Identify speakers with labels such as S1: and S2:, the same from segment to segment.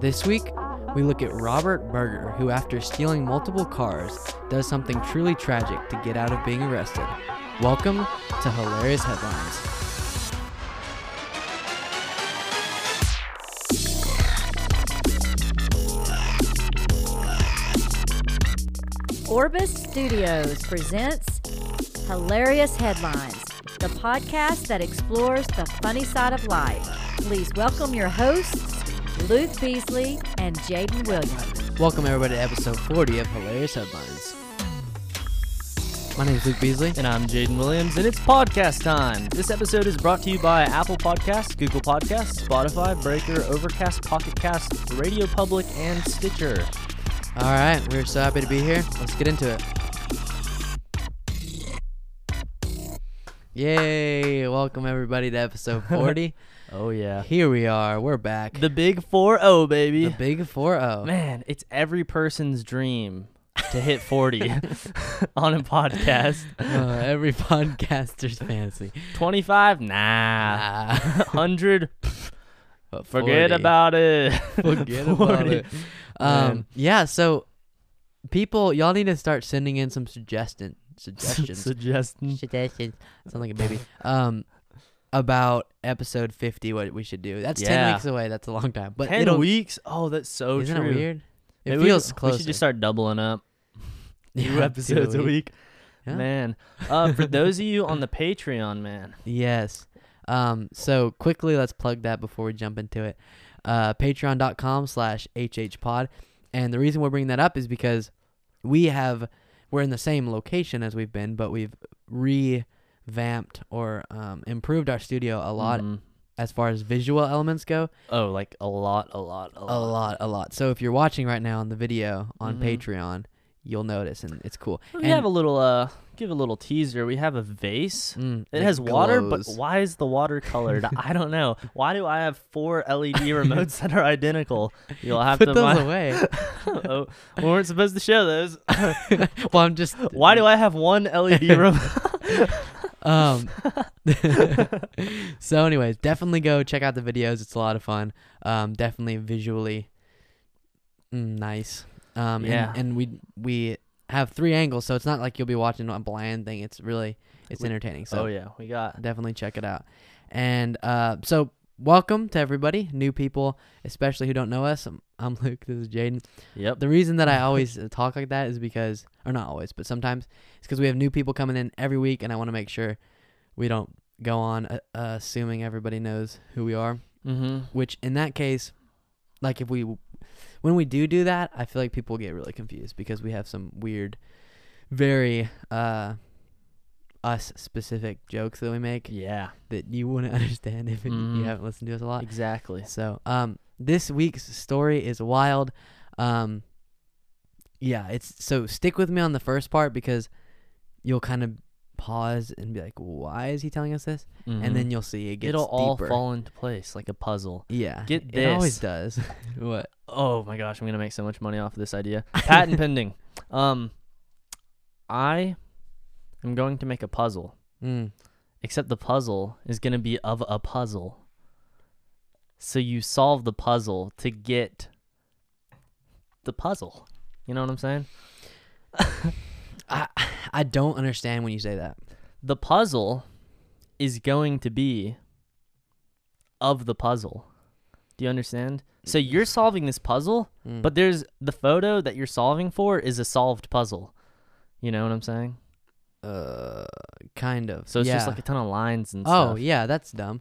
S1: This week, we look at Robert Berger, who, after stealing multiple cars, does something truly tragic to get out of being arrested. Welcome to Hilarious Headlines.
S2: Orbis Studios presents Hilarious Headlines, the podcast that explores the funny side of life. Please welcome your hosts, Luke Beasley and Jaden Williams.
S1: Welcome, everybody, to episode 40 of Hilarious Headlines. My name is Luke Beasley.
S3: And I'm Jaden Williams, and it's podcast time. This episode is brought to you by Apple Podcasts, Google Podcasts, Spotify, Breaker, Overcast, Pocket Cast, Radio Public, and Stitcher.
S1: All right, we're so happy to be here. Let's get into it. Yay! Welcome, everybody, to episode 40.
S3: Oh, yeah.
S1: here we are. We're back.
S3: The Big 4 0, baby.
S1: The big oh. 4 0.
S3: Man, it's every person's dream to hit 40 on a podcast.
S1: Uh, every podcaster's fancy.
S3: 25? Nah.
S1: Ah.
S3: 100?
S1: But
S3: Forget
S1: 40.
S3: about it.
S1: Forget about
S3: 40.
S1: it. Um,
S3: Man.
S1: yeah, so people, y'all need to start sending in some suggestion, suggestions.
S3: Suggestion.
S1: suggestions. Sound like a baby. Um, about episode 50, what we should do. That's 10
S3: Yeah.
S1: weeks away. That's a long time. But
S3: 10
S1: it'll,
S3: weeks? Oh, that's so
S1: Isn't
S3: true.
S1: it weird? It
S3: Maybe
S1: feels
S3: we,
S1: close.
S3: We should just start doubling up.
S1: Yeah,
S3: Two
S1: two
S3: episodes a week.
S1: Yeah.
S3: Man. Uh, for those of you on the Patreon, man.
S1: Yes. Um, so quickly, let's plug that before we jump into it. Uh, Patreon.com slash HHPod. And the reason we're bringing that up is because we have, we're in the same location as we've been, but we've revamped or um, improved our studio a lot
S3: Mhm.
S1: as far as visual elements go.
S3: Oh, like a lot, a lot, a lot.
S1: A lot, a lot. So if you're watching right now on the video on
S3: Mhm.
S1: Patreon, you'll notice, and it's cool.
S3: We
S1: and,
S3: have a little, uh, give a little teaser. We have a vase.
S1: mm,
S3: It has water,
S1: glows.
S3: but why is the water colored? I don't know. Why do I have four LED remotes that are identical? You'll have
S1: Put
S3: to
S1: those
S3: buy.
S1: away.
S3: oh, we weren't supposed to show those.
S1: well, I'm just
S3: Why do I have one LED remote?
S1: Um, so, anyways, definitely go check out the videos. It's a lot of fun. Um, definitely visually mm, nice. Um, and-
S3: Yeah.
S1: And, we we have three angles, so it's not like you'll be watching a blind thing. It's really it's
S3: We-
S1: entertaining. So
S3: oh yeah, we got
S1: definitely check it out. And uh, so welcome to everybody, new people, especially who don't know us. I'm, I'm Luke. This is Jaden.
S3: yep.
S1: The reason that I always uh, talk like that is because, or not always, but sometimes it's because we have new people coming in every week, and I want to make sure we don't go on uh, uh, assuming everybody knows who we are.
S3: mm-hmm.
S1: Which in that case, like if we, when we do do that, I feel like people get really confused because we have some weird, very uh, us specific jokes that we make
S3: Yeah,
S1: that you wouldn't understand if you
S3: Mm.
S1: haven't listened to us a lot.
S3: exactly.
S1: So, um, this week's story is wild. Um, yeah, it's so stick with me on the first part because you'll kind of pause and be like, "Why is he telling us this?" And then you'll see it gets
S3: Mm-hmm. it'll all
S1: deeper.
S3: fall into place like a puzzle.
S1: Yeah,
S3: Get
S1: it always
S3: this.
S1: does. what?
S3: Oh my gosh, I'm gonna make so much money off of this idea. Patent pending. Um, I am going to make a puzzle,
S1: Mm.
S3: except the puzzle is gonna be of a puzzle. So you solve the puzzle to get the puzzle. You know what I'm saying?
S1: I I don't understand when you say that.
S3: The puzzle is going to be of the puzzle. Do you understand? So you're solving this puzzle,
S1: Mm-hmm. Mm.
S3: But there's the photo that you're solving for is a solved puzzle. You know what I'm saying?
S1: uh, kind of.
S3: So it's just
S1: Yeah.
S3: like a ton of lines and
S1: oh
S3: stuff.
S1: yeah, that's dumb.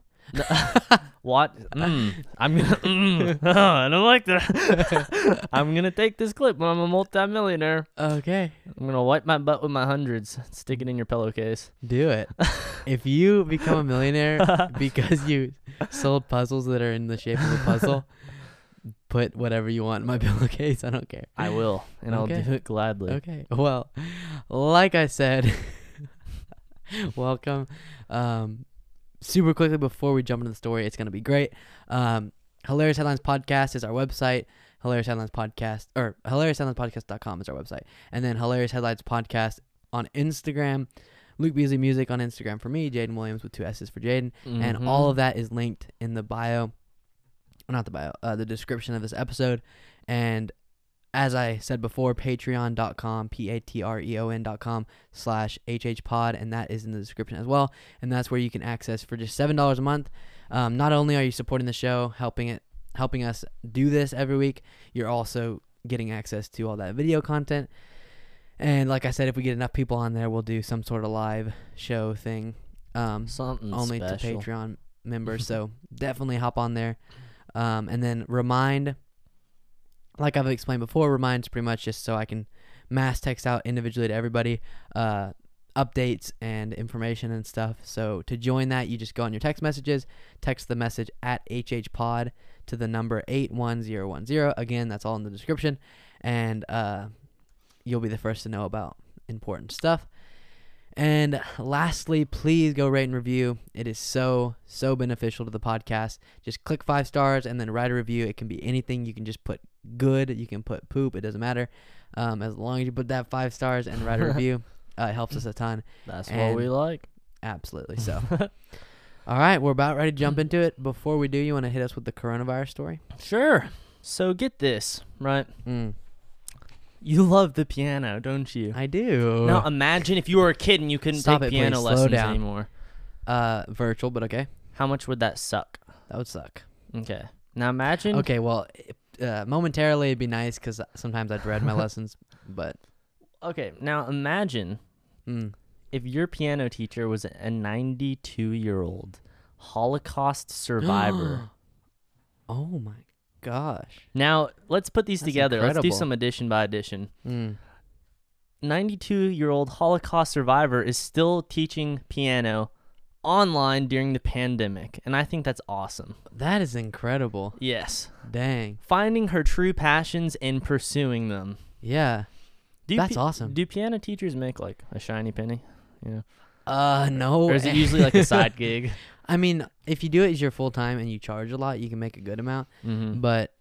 S3: What? Mm, I'm gonna. Mm, I don't like that. I'm gonna take this clip when I'm a multimillionaire.
S1: Okay,
S3: I'm gonna wipe my butt with my hundreds. Stick it in your pillowcase.
S1: do it. if you become a millionaire because you sold puzzles that are in the shape of a puzzle. Put whatever you want in my pillowcase. I don't care.
S3: I will, and
S1: Okay.
S3: I'll do it gladly.
S1: Okay. Well, like I said, welcome. Um, super quickly before we jump into the story, it's gonna be great. Um, Hilarious Headlines Podcast is our website. Hilarious Headlines Podcast or Hilarious Headlines Podcast.com is our website, and then Hilarious Headlines Podcast on Instagram. Luke Beasley Music on Instagram
S3: Mm-hmm.
S1: for me, Jaden Williams with two S's for Jaden and all of that is linked in the bio. not the bio, uh, the description of this episode. And as I said before, patreon.com, P A T R E O N.com slash HHpod. And that is in the description as well. And that's where you can access for just $7 a month. Um, not only are you supporting the show, helping it, helping us do this every week, you're also getting access to all that video content. And like I said, if we get enough people on there, we'll do some sort of live show thing. Um,
S3: Something
S1: only
S3: Mm, special.
S1: to Patreon members. so definitely hop on there. Um, and then remind, like I've explained before, reminds pretty much just so I can mass text out individually to everybody uh, updates and information and stuff. So to join that, you just go on your text messages, text the message at HHPod to the number 81010. Again, that's all in the description. And uh, you'll be the first to know about important stuff. And lastly, please go rate and review. It is so, so beneficial to the podcast. Just click five stars and then write a review. It can be anything. You can just put good, you can put poop, it doesn't matter. Um, as long as you put that five stars and write a review, uh, it helps us a ton.
S3: That's
S1: And-
S3: what we like.
S1: Absolutely. So, all right, we're about ready to jump into it. Before we do, you want to hit us with the coronavirus story?
S3: Sure. So get this, right?
S1: Mm,
S3: You love the piano, don't you?
S1: I do.
S3: Now imagine if you were a kid and you couldn't
S1: Stop
S3: take
S1: it,
S3: piano
S1: please. Slow
S3: lessons
S1: down.
S3: anymore.
S1: uh, virtual, but okay,
S3: How much would that suck?
S1: that would suck.
S3: Okay. Now imagine
S1: Okay, well, it- uh, momentarily it'd be nice because sometimes I dread my lessons, but
S3: Okay, now imagine
S1: mm,
S3: if your piano teacher was a 92-year-old Holocaust survivor.
S1: oh my gosh.
S3: now, let's put these
S1: That's
S3: together. Let's
S1: incredible.
S3: do some addition by addition.
S1: Mm,
S3: 92-year-old Holocaust survivor is still teaching piano online during the pandemic, and I think that's awesome.
S1: that is incredible.
S3: Yes.
S1: Dang.
S3: Finding her true passions and pursuing them.
S1: Yeah.
S3: Do
S1: That's
S3: pi-
S1: awesome.
S3: Do piano teachers make like a shiny penny? You know?
S1: Uh, no.
S3: Or is it usually like a side gig?
S1: I mean, if you do it as your full time and you charge a lot, you can make a good amount.
S3: Mm-hmm.
S1: but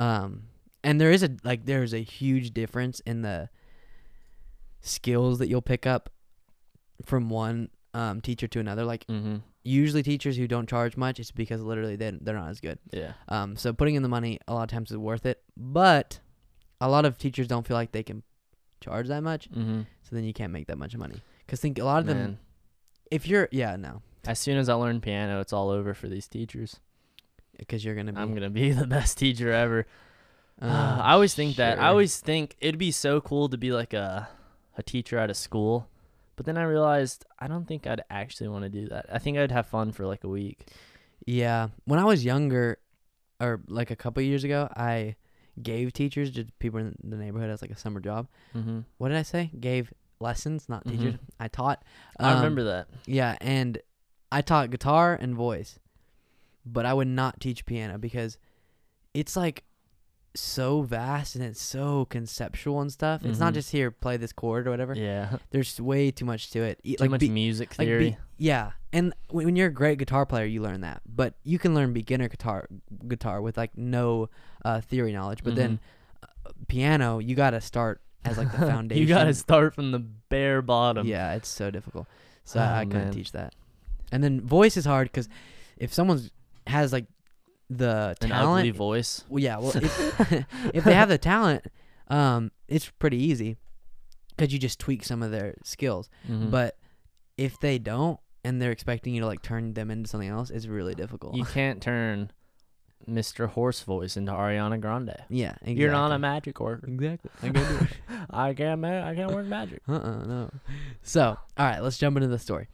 S1: um and there is a like there is a huge difference in the skills that you'll pick up from one um, teacher to another like
S3: Mm-hmm.
S1: usually teachers who don't charge much it's because literally they they're not as good
S3: Yeah.
S1: um so putting in the money a lot of times is worth it but a lot of teachers don't feel like they can charge that much
S3: Mm-hmm.
S1: so then you can't make that much money cuz think a lot of them if you're yeah no
S3: As soon as I learn piano, it's all over for these teachers.
S1: cuz you're going to be
S3: I'm gonna be the best teacher ever.
S1: uh,
S3: I always think that. I
S1: sure.
S3: always think it'd be so cool to be like a a teacher at a school, but then I realized I don't think I'd actually want to do that. I think I'd have fun for like a week.
S1: Yeah. When I was younger, or like a couple years ago, I gave teachers, just people in the neighborhood, as like a summer job.
S3: Mm-hmm.
S1: What did I say? Gave lessons, not teachers.
S3: Mhm.
S1: I taught.
S3: I
S1: Um,
S3: remember that.
S1: Yeah, and I taught guitar and voice, but I would not teach piano because it's like so vast and it's so conceptual and stuff. It's not
S3: Mhm.
S1: just here play this chord or whatever.
S3: Yeah, too
S1: There's way too much to it. E- like
S3: much
S1: be-
S3: music
S1: like
S3: theory.
S1: Be, yeah, and when, when you're a great guitar player, you learn that. But you can learn beginner guitar guitar with like no uh, theory knowledge. But then uh, piano, you got to start as like the foundation.
S3: Mm-hmm. you gotta start from the bare bottom.
S1: Yeah, it's so difficult. So
S3: Oh,
S1: I, I couldn't
S3: man.
S1: teach that. And then voice is hard because if someone's has like the
S3: an
S1: talent,
S3: ugly voice.
S1: well, yeah. Well, if, if they have the talent, um, it's pretty easy because you just tweak some of their skills.
S3: Mhm.
S1: But if they don't and they're expecting you to like turn them into something else, it's really difficult.
S3: you can't turn Mr. Horse voice into Ariana Grande.
S1: yeah, exactly.
S3: You're not a magic worker.
S1: exactly. I can do it.
S3: I can't. Ma- I can't work magic.
S1: Uh uh no. So, all right, let's jump into the story.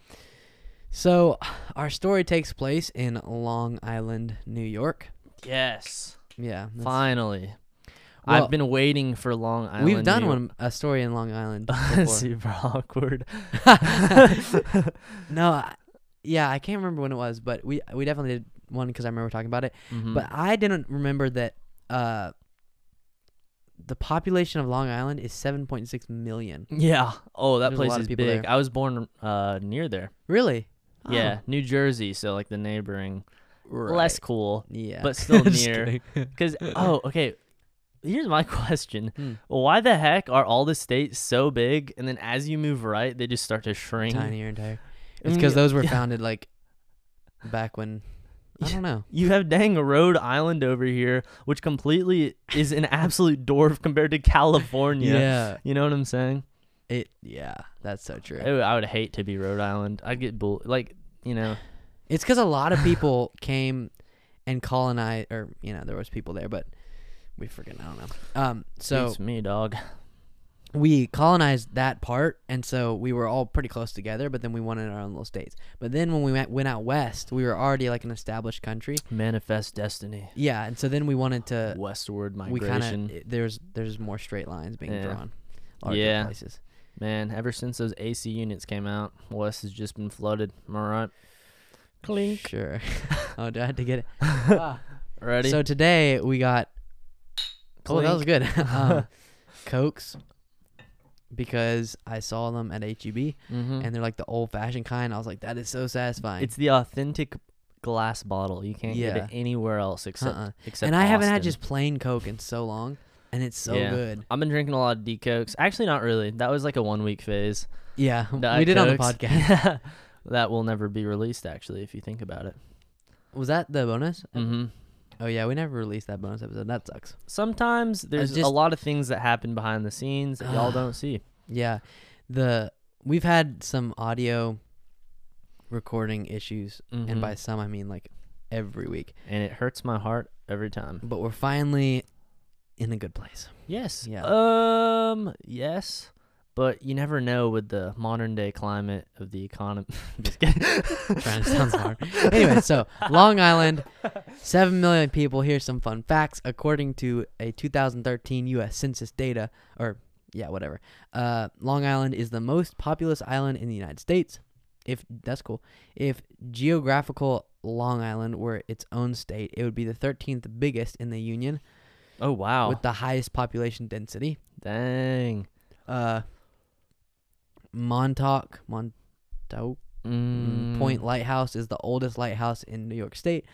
S1: So, our story takes place in Long Island, New York.
S3: Yes.
S1: Yeah, that's-
S3: Finally.
S1: Well,
S3: I've been waiting for Long Island.
S1: We've done
S3: New
S1: one a story in Long Island
S3: York.
S1: before.
S3: Super awkward.
S1: no, I, yeah, I can't remember when it was, but we we definitely did one because I remember talking about it.
S3: Mhm.
S1: But I didn't remember that uh, the population of Long Island is 7.6 million.
S3: yeah. Oh, that
S1: There's a
S3: place
S1: lot of
S3: is big.
S1: people there.
S3: I was born uh, near there.
S1: Really? Oh,
S3: Yeah, New Jersey. So like the neighboring,
S1: right.
S3: less cool,
S1: Yeah.
S3: but still
S1: Just
S3: near.
S1: kidding.
S3: Because oh, okay. Here's my question:
S1: Hmm.
S3: Why the heck are all the states so big, and then as you move right, they just start to shrink?
S1: Mm, Tinier and tinier.
S3: I
S1: It's
S3: mean,
S1: because those were
S3: yeah.
S1: founded like back when I don't know.
S3: You have dang Rhode Island over here, which completely is an absolute dwarf compared to California.
S1: Yeah.
S3: You know what I'm saying?
S1: It. Yeah. That's so true.
S3: I would- I would hate to be Rhode Island. I'd get bull. Like, you know,
S1: It's because a lot of people came and colonized, or you know, there was people there, but we freaking I don't know. Um, so
S3: it's me, dog.
S1: we colonized that part, and so we were all pretty close together. But then we wanted our own little states. But then when we went, went out west, we were already like an established country.
S3: Manifest destiny.
S1: Yeah, and so then we wanted to.
S3: Westward
S1: We
S3: migration.
S1: kind of there's there's more straight lines being
S3: Yeah.
S1: drawn, larger
S3: Yeah.
S1: places.
S3: Man, ever since those AC units came out, West has just been flooded. Am I right? Clink.
S1: Sure. oh, do I have to get it? Ah.
S3: Ready?
S1: So today we got. Oh, that was good. um, Cokes, because I saw them at HEB,
S3: mm-hmm.
S1: and they're like the old-fashioned kind. I was like, that is so satisfying.
S3: It's the authentic glass bottle. You can't get
S1: Yeah.
S3: it anywhere else except
S1: Uh-uh.
S3: except.
S1: and I haven't had
S3: Austin.
S1: just plain Coke in so long, and it's so
S3: Yeah.
S1: good.
S3: I've been drinking a lot of decokes. Actually, not really. That was like a one week phase.
S1: Yeah, we
S3: Diet
S1: did on the
S3: Cokes.
S1: podcast.
S3: that will never be released. Actually, if you think about it.
S1: Was that the bonus?
S3: Mm-hmm.
S1: Oh yeah, we never released that bonus episode. That sucks.
S3: Sometimes there's a
S1: just-
S3: lot of things that happen behind the scenes that y'all don't see.
S1: Yeah, the we've had some audio recording issues,
S3: Mhm.
S1: and by some I mean like every week.
S3: and it hurts my heart every time.
S1: But we're finally in a good place.
S3: Yes.
S1: Yeah.
S3: Um. Yes. But you never know with the modern day climate of the economy. Just kidding.
S1: Trying to sound smart. anyway, so Long Island, 7 million people. Here's some fun facts. According to a 2013 U.S. Census data, or yeah, whatever, uh, Long Island is the most populous island in the United States. If that's cool. If geographical Long Island were its own state, it would be the 13th biggest in the Union
S3: Oh wow!
S1: with the highest population density.
S3: Dang.
S1: Uh, Montauk, Montauk.
S3: Mm.
S1: Point Lighthouse is the oldest lighthouse in New York State.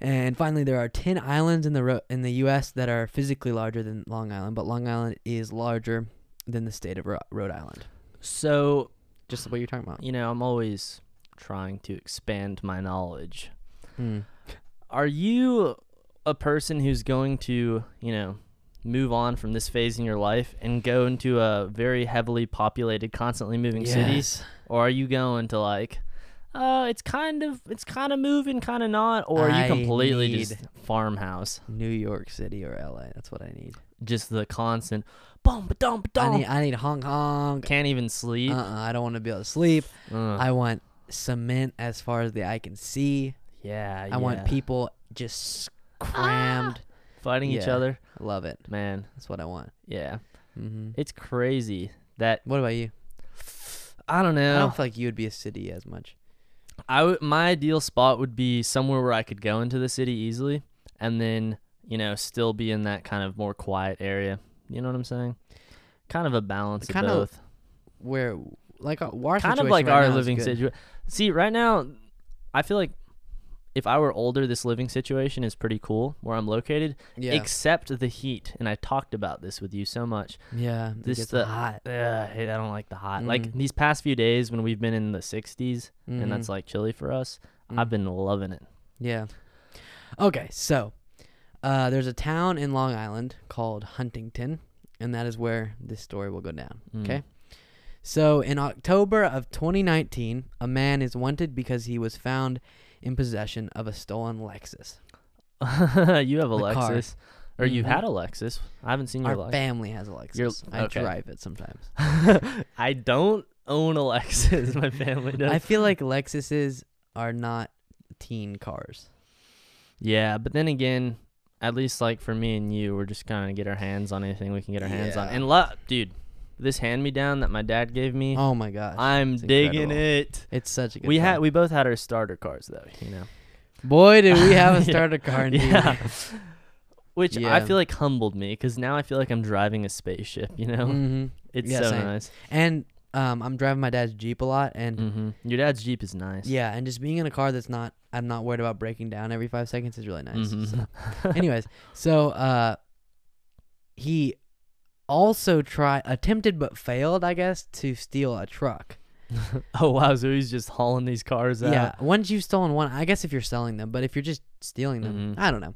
S1: And finally, there are 10 islands in the ro- in the U.S. that are physically larger than Long Island, but Long Island is larger than the state of Ro- Rhode Island.
S3: So
S1: Just what you're talking about.
S3: you know, I'm always trying to expand my knowledge.
S1: Mm.
S3: Are you a person who's going to, you know, move on from this phase in your life and go into a very heavily populated, constantly moving city?
S1: Yes.
S3: or are you going to like uh it's kind of it's kind of moving kind of not or are
S1: I
S3: you completely
S1: need-
S3: just farmhouse
S1: New York City or L.A. That's what I need.
S3: just the constant boom ba dum ba
S1: I
S3: dum
S1: need I need Hong Kong.
S3: can't even sleep
S1: Uh, uh I don't want to be able to sleep.
S3: Ugh.
S1: I want cement as far as the eye can see.
S3: yeah
S1: I want people just crammed.
S3: fighting each
S1: Yeah.
S3: other
S1: I Love it.
S3: man
S1: That's what I want.
S3: yeah
S1: hmm
S3: it's crazy that
S1: What about you?
S3: i don't know
S1: I don't feel like you would be a city as much.
S3: I would my ideal spot would be somewhere where I could go into the city easily and then, you know, still be in that kind of more quiet area. You know what I'm saying? Kind of a balance
S1: Kind
S3: of
S1: of
S3: both.
S1: Where like our, our
S3: kind of
S1: situation
S3: like
S1: right
S3: our
S1: now is
S3: living
S1: good.
S3: situation. See, right now I feel like if I were older, this living situation is pretty cool where I'm located,
S1: Yeah,
S3: except the heat. And I talked about this with you so much.
S1: yeah. it
S3: this
S1: gets
S3: the-
S1: hot.
S3: Ugh, I don't like the hot. Like
S1: Mm.
S3: these past few days when we've been in the 60s uh, and that's
S1: Mhm.
S3: like chilly for us,
S1: Mm.
S3: I've been loving it.
S1: yeah. Okay, so uh, there's a town in Long Island called Huntington, and that is where this story will go down.
S3: Mm.
S1: Okay. So in October of 2019, a man is wanted because he was found in possession of a stolen Lexus.
S3: you have a
S1: The car.
S3: Lexus, or you
S1: Mhm.
S3: had a Lexus. I haven't seen your
S1: Our
S3: Lexus.
S1: family has a Lexus.
S3: Your-
S1: I
S3: okay.
S1: drive it sometimes.
S3: I don't own a Lexus. My family does.
S1: I feel like Lexuses are not teen cars.
S3: yeah, but then again, at least like for me and you, we're just kind of get our hands on anything we can get our hands on.
S1: Yeah.
S3: And lo- dude, this hand me down that my dad gave me,
S1: Oh my gosh.
S3: I'm
S1: it's
S3: digging
S1: incredible.
S3: it.
S1: It's such a good
S3: we
S1: time.
S3: had we both had our starter cars though, you know.
S1: boy did we have a
S3: Yeah.
S1: starter car in
S3: Yeah.
S1: here.
S3: Which I
S1: Yeah.
S3: feel like humbled me because now I feel like I'm driving a spaceship. You know,
S1: hmm
S3: it's
S1: Yeah,
S3: so
S1: same.
S3: nice.
S1: And um, I'm driving my dad's Jeep a lot and
S3: hmm Your dad's Jeep is nice.
S1: yeah, and just being in a car that's not I'm not worried about breaking down every 5 seconds is really nice.
S3: Mhm.
S1: So, anyways, so uh he also tried attempted but failed, I guess, to steal a truck.
S3: oh wow, so he's just hauling these cars out.
S1: Yeah, once you've stolen one, I guess if you're selling them, but if you're just stealing them,
S3: Mhm.
S1: I don't know.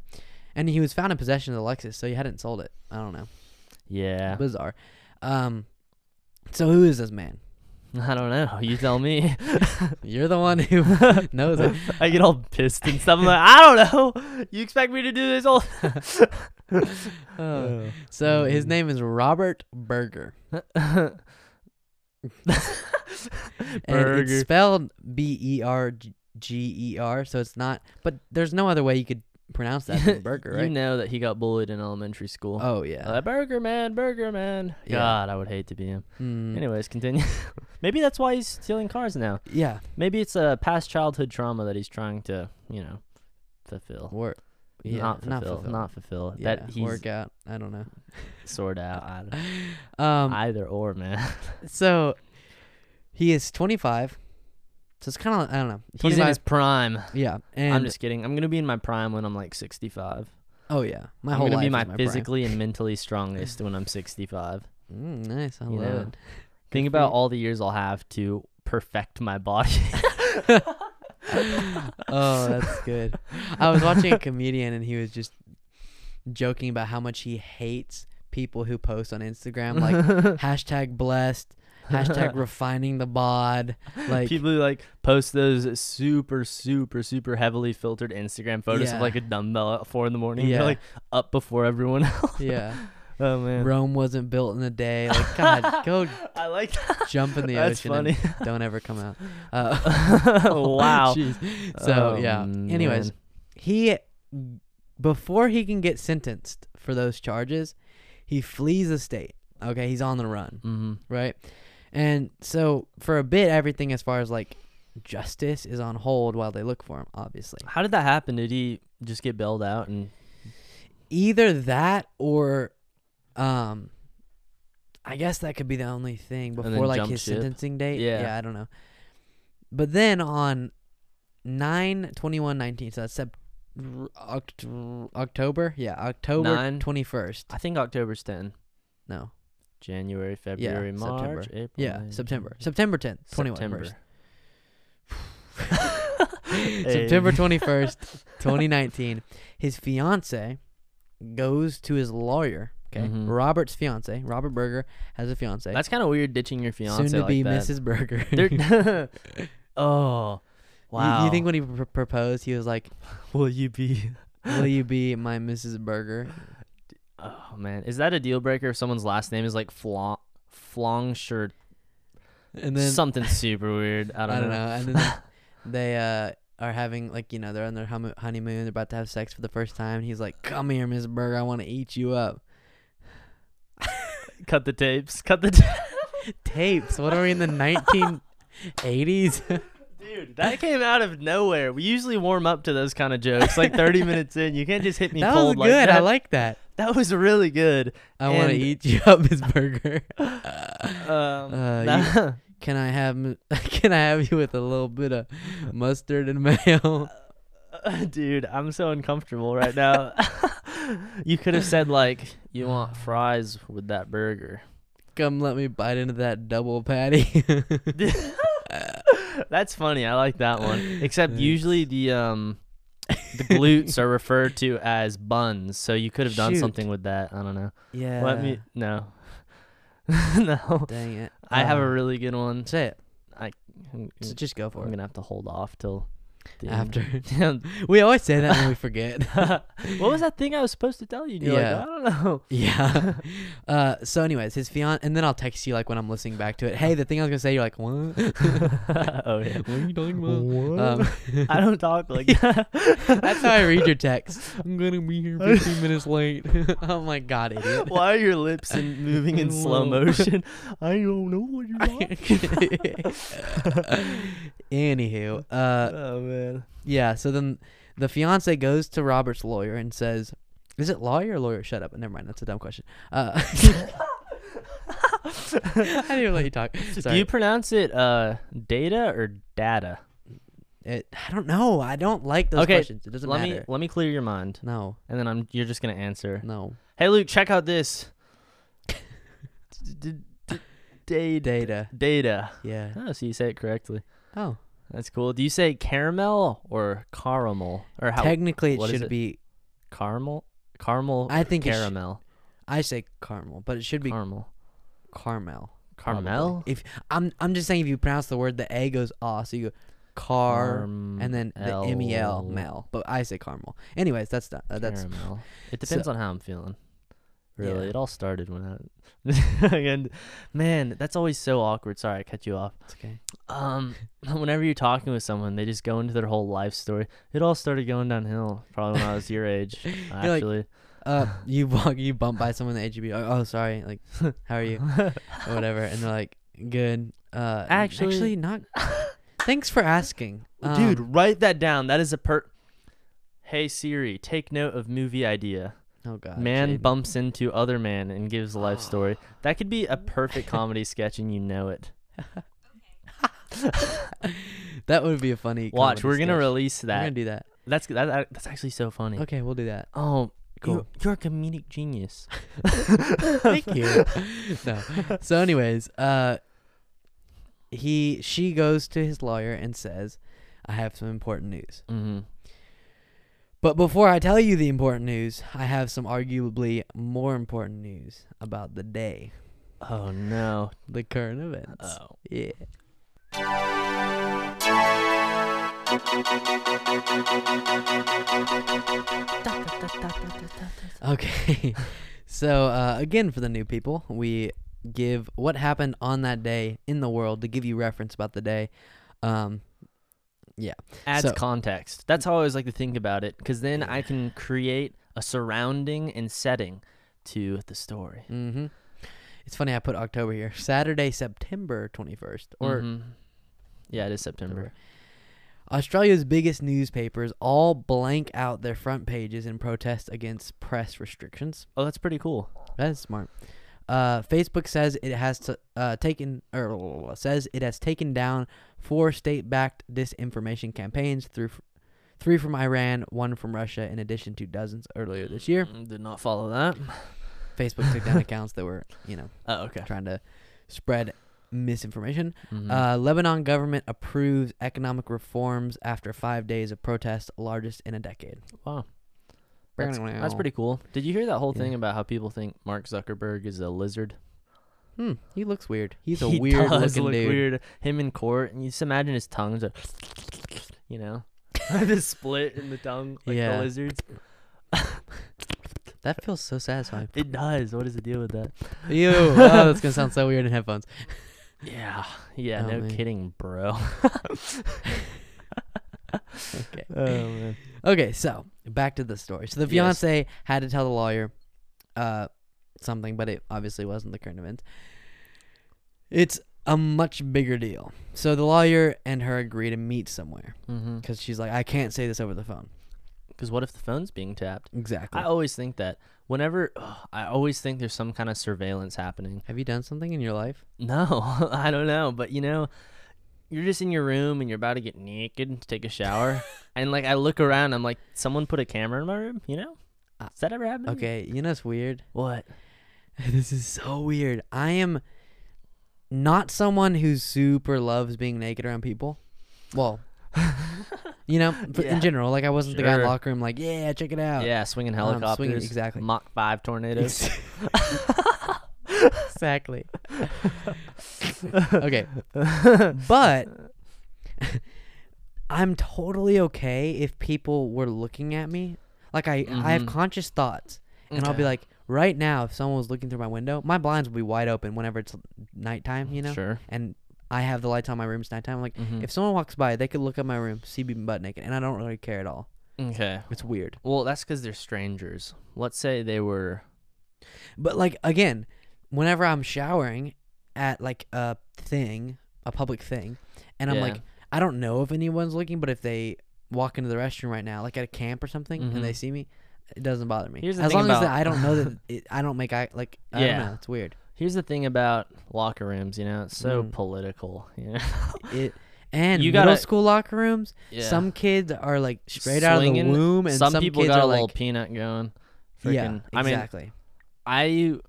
S1: And he was found in possession of the Lexus, so he hadn't sold it. I don't know.
S3: Yeah.
S1: Bizarre. Um, so who is this man?
S3: I don't know. You tell me.
S1: You're the one who knows it.
S3: I get all pissed and stuff. I'm like, I don't know. You expect me to do this all? Oh.
S1: Uh, so his name is Robert Berger, Oh. and
S3: Berger.
S1: it's spelled B E R G E R. So it's not. But there's no other way you could pronounce that than Berger,
S3: You
S1: right?
S3: know that he got bullied in elementary school.
S1: Oh yeah.
S3: Uh, burger man, burger man.
S1: Yeah.
S3: God, I would hate to be him.
S1: Mm,
S3: Anyways, continue. Maybe that's why he's stealing cars now.
S1: Yeah.
S3: Maybe it's a past childhood trauma that he's trying to, you know, fulfill.
S1: Work. Yeah,
S3: not fulfill. Not fulfill.
S1: fulfilled. yeah,
S3: That he's
S1: work out. I don't know.
S3: sort out. I don't-
S1: Um,
S3: Either or, man.
S1: so he is 25. So it's kind of I don't know.
S3: he's in his prime.
S1: 25 yeah, and
S3: I'm just kidding. I'm gonna be in my prime when I'm like 65.
S1: oh yeah, my
S3: I'm
S1: whole
S3: gonna
S1: life
S3: be
S1: is
S3: my,
S1: prime.
S3: physically and mentally strongest when I'm 65.
S1: Mm, nice, I
S3: You
S1: love
S3: know.
S1: it.
S3: Think
S1: for
S3: about
S1: you.
S3: all the years I'll have to perfect my body.
S1: oh, that's good. I was watching a comedian and he was just joking about how much he hates people who post on Instagram like hashtag blessed, hashtag refining the bod, like
S3: people who like post those super super super heavily filtered instagram photos
S1: Yeah.
S3: of like a dumbbell at four in the morning
S1: Yeah.
S3: they're like up before everyone else
S1: yeah,
S3: oh man
S1: Rome wasn't built in a day. Like God, go
S3: i like that
S1: jump in the
S3: that's
S1: ocean. and
S3: funny
S1: don't ever come out. Uh,
S3: wow
S1: jeez. So
S3: Oh,
S1: yeah. Anyways,
S3: man.
S1: he before he can get sentenced for those charges, he flees the state. Okay, he's on the run,
S3: Mhm.
S1: right? And so for a bit, everything as far as like justice is on hold while they look for him. Obviously,
S3: how did that happen did he just get bailed out and
S1: either that or, um, I guess that could be the only thing
S3: then
S1: before like
S3: jump
S1: his
S3: ship.
S1: sentencing date.
S3: Yeah.
S1: yeah, I don't know. But then on 9 21 19 so that's Sep- r- Oct- October yeah October
S3: Nine?
S1: 21st
S3: i think october's 10
S1: no
S3: january february march
S1: September.
S3: april
S1: yeah
S3: May,
S1: September
S3: June,
S1: September 10th 21st
S3: September.
S1: September
S3: Hey.
S1: 21st 2019 his fiance goes to his lawyer okay
S3: Mhm.
S1: Robert's fiance Robert Berger has a fiance
S3: that's kind of weird ditching your fiance
S1: soon to
S3: like
S1: be
S3: that.
S1: Mrs. Berger
S3: They're- oh,
S1: You-
S3: wow.
S1: you, think when he pr- proposed he was like
S3: will you be?
S1: will you be my Mrs. Berger
S3: Oh man, is that a deal breaker if someone's last name is like Flong Flongshirt?
S1: and then
S3: Something super weird. I don't, know.
S1: And then they uh, are having like you know they're on their hum- honeymoon. They're about to have sex for the first time. And he's like, "Come here, Miss Berger. I want to eat you up."
S3: Cut the tapes. Cut the. ta-
S1: Tapes. What are we in the nineteen eighties?
S3: Dude, that came out of nowhere. We usually warm up to those kind of jokes like 30 minutes in. You can't just hit me
S1: that was
S3: cold
S1: good.
S3: like that.
S1: I like that.
S3: that was really good.
S1: I want to
S3: And-
S1: eat you up, Miss Berger.
S3: Um,
S1: Uh,
S3: that-
S1: Can I have m- Can I have you with a little bit of mustard and mayo?
S3: Dude, I'm so uncomfortable right now. you could have said like, "You want fries with that burger?"
S1: Come, let me bite into that double patty.
S3: That's funny. I like that one. Except
S1: Thanks.
S3: usually the um the glutes are referred to as buns, so you could have done
S1: Shoot.
S3: something with that. I don't know.
S1: yeah.
S3: Let me no. no.
S1: Dang it.
S3: I have a
S1: Uh,
S3: really good one.
S1: say it.
S3: Um, I'm
S1: So just go for
S3: I'm
S1: it.
S3: gonna have to hold off till the end.
S1: After we always say that and we forget.
S3: what was that thing I was supposed to tell you? And You're
S1: Yeah.
S3: like, I don't know.
S1: Yeah. uh, so, anyways, his fiance, and then I'll text you like when I'm listening back to it. Hey, the thing I was gonna say, you're like, what?
S3: oh yeah.
S1: What are you talking
S3: What?
S1: about? Um,
S3: I don't talk like that.
S1: that's how I read your text. I'm gonna be here 15 minutes late. oh my god, idiot.
S3: Why are your lips in, moving in slow
S1: Whoa.
S3: motion? I don't know what you want.
S1: Anywho, uh,
S3: oh man.
S1: yeah. So then the fiance goes to Robert's lawyer and says, "Is it lawyer or lawyer? Shut up. Never mind. That's a dumb question. Uh, I didn't even let you talk. Sorry.
S3: Do you pronounce it uh data or data?
S1: It, I don't know. I don't like those
S3: Okay,
S1: questions. It doesn't
S3: let me
S1: matter.
S3: let me clear your mind,
S1: no,
S3: and then I'm you're just gonna answer.
S1: no.
S3: Hey Luke, check out this. D- d- d- Data.
S1: Data.
S3: Data.
S1: Yeah.
S3: Oh, so you say it correctly.
S1: Oh.
S3: That's cool. Do you say caramel or caramel or how
S1: Technically, it
S3: what is
S1: should
S3: it?
S1: be.
S3: caramel? Caramel.
S1: I think it sh-
S3: caramel.
S1: I say caramel, but it should be
S3: caramel.
S1: caramel. probably.
S3: Caramel.
S1: If I'm, I'm just saying if you pronounce the word, the a goes ah, so you go car and then the M E L
S3: Caramel.
S1: mel. But I say caramel. Anyways, that's not, uh, that's
S3: caramel. It depends on how I'm feeling. Really,
S1: Yeah.
S3: it all started when I and man, that's always so awkward. Sorry, I cut you off.
S1: it's okay.
S3: Um, whenever you're talking with someone, they just go into their whole life story. It all started going downhill probably when I was your age,
S1: like,
S3: actually.
S1: Uh, you walk, you bump by someone at HB. Oh, oh, sorry. Like, how are you? Or whatever. And they're like, good. Uh,
S3: Actually-
S1: actually not. Thanks for asking, Um,
S3: Dude, write that down. That is a per. Hey Siri, take note of movie idea.
S1: Oh god,
S3: Man
S1: Jaden.
S3: bumps into other man and gives a life story. That could be a perfect comedy sketch, and you know it.
S1: That would be a funny.
S3: Watch,
S1: comedy
S3: we're gonna
S1: sketch.
S3: release
S1: We're
S3: that.
S1: gonna do that.
S3: That's that, that- that's actually so funny.
S1: Okay, we'll do that.
S3: Oh,
S1: Cool.
S3: You're, you're a comedic genius.
S1: Thank you. no. So, anyways, uh, he she goes to his lawyer and says, "I have some important news."
S3: Mm-hmm.
S1: But before I tell you the important news, I have some arguably more important news about the day,
S3: Oh no.
S1: the current events.
S3: Oh.
S1: Yeah. Okay. so, uh, again, for the new people, we give what happened on that day in the world to give you reference about the day. Um,
S3: adds
S1: So-
S3: context. That's how I always like to think about it, because then I can create a surrounding and setting to the story.
S1: hmm It's funny I put October here. Saturday, September 21st, or
S3: Mhm. yeah, it is September.
S1: Australia's biggest newspapers all blank out their front pages in protest against press restrictions.
S3: Oh, that's pretty cool.
S1: That is smart. Uh, Facebook says it has to, uh, taken or says it has taken down four state-backed disinformation campaigns through f- three from Iran, one from Russia, in addition to dozens earlier this year.
S3: Mm, Did not follow that.
S1: Facebook took down accounts that were, you know,
S3: Oh, okay.
S1: trying to spread misinformation.
S3: Mhm.
S1: Uh, Lebanon government approves economic reforms after five days of protest, largest in a decade.
S3: wow, that's, that's pretty cool. Did you hear that whole
S1: Yeah.
S3: thing about how people think Mark Zuckerberg is a lizard?
S1: Hmm, he looks weird. He's a
S3: He
S1: weird
S3: does
S1: looking
S3: look
S1: dude.
S3: Weird. Him in court, and you just imagine his tongues are, you know, the split in the tongue like
S1: Yeah.
S3: the lizards.
S1: That feels so satisfying.
S3: It does. What is the deal with that?
S1: Ew, oh, that's gonna sound so weird in headphones.
S3: Yeah, yeah,
S1: Oh,
S3: no
S1: man.
S3: kidding, bro.
S1: Okay.
S3: oh man.
S1: Okay, so back to the story. So the
S3: Yes.
S1: fiance had to tell the lawyer uh something, but it obviously wasn't the current event. It's a much bigger deal. So the lawyer and her agree to meet somewhere
S3: Mm-hmm.
S1: because she's like, I can't say this over the phone.
S3: Because what if the phone's being tapped?
S1: Exactly.
S3: I always think that. Whenever ugh, I always think there's some kind of surveillance happening.
S1: Have you done something in your life?
S3: No, I don't know, but you know, you're just in your room and you're about to get naked and take a shower, and like I look around, I'm like, someone put a camera in my room. You know,
S1: Uh,
S3: does that ever happen?
S1: Okay, you know it's weird.
S3: What?
S1: This is so weird. I am not someone who super loves being naked around people. Well, you know, but
S3: Yeah.
S1: in general, like I wasn't the guy in the
S3: Sure.
S1: locker room, like, yeah, check it out.
S3: yeah, swinging
S1: um, swinging-
S3: helicopters.
S1: exactly.
S3: Mach five tornadoes.
S1: exactly. okay. But I'm totally okay if people were looking at me. Like I I have
S3: Mhm.
S1: conscious thoughts and I'll be
S3: Okay.
S1: like right now if someone was looking through my window, my blinds will be wide open whenever it's nighttime, you know?
S3: sure.
S1: And I have the lights on my room it's nighttime. I'm like
S3: Mhm.
S1: if someone walks by, they could look at my room, see me butt naked, and I don't really care at all.
S3: Okay.
S1: It's weird.
S3: Well, that's because they're strangers. Let's say they were.
S1: But like again, whenever I'm showering at like a thing, a public thing, and I'm
S3: Yeah.
S1: like, I don't know if anyone's looking, but if they walk into the restroom right now, like at a camp or something,
S3: Mhm.
S1: and they see me, it doesn't bother me.
S3: Here's the
S1: as
S3: thing
S1: long as
S3: about-
S1: I don't know that it, I don't make eye like I don't
S3: Yeah.
S1: know, it's weird.
S3: Here's the thing about locker rooms, you know, it's so
S1: Mm.
S3: political. You know?
S1: It and
S3: You
S1: middle
S3: gotta-
S1: school locker rooms,
S3: yeah.
S1: some kids are like straight out of the
S3: Swinging.
S1: womb, and
S3: some,
S1: some,
S3: people
S1: kids
S3: got
S1: are
S3: a little
S1: like
S3: peanut going. Freaking,
S1: yeah,
S3: I mean,
S1: exactly.
S3: I
S1: You,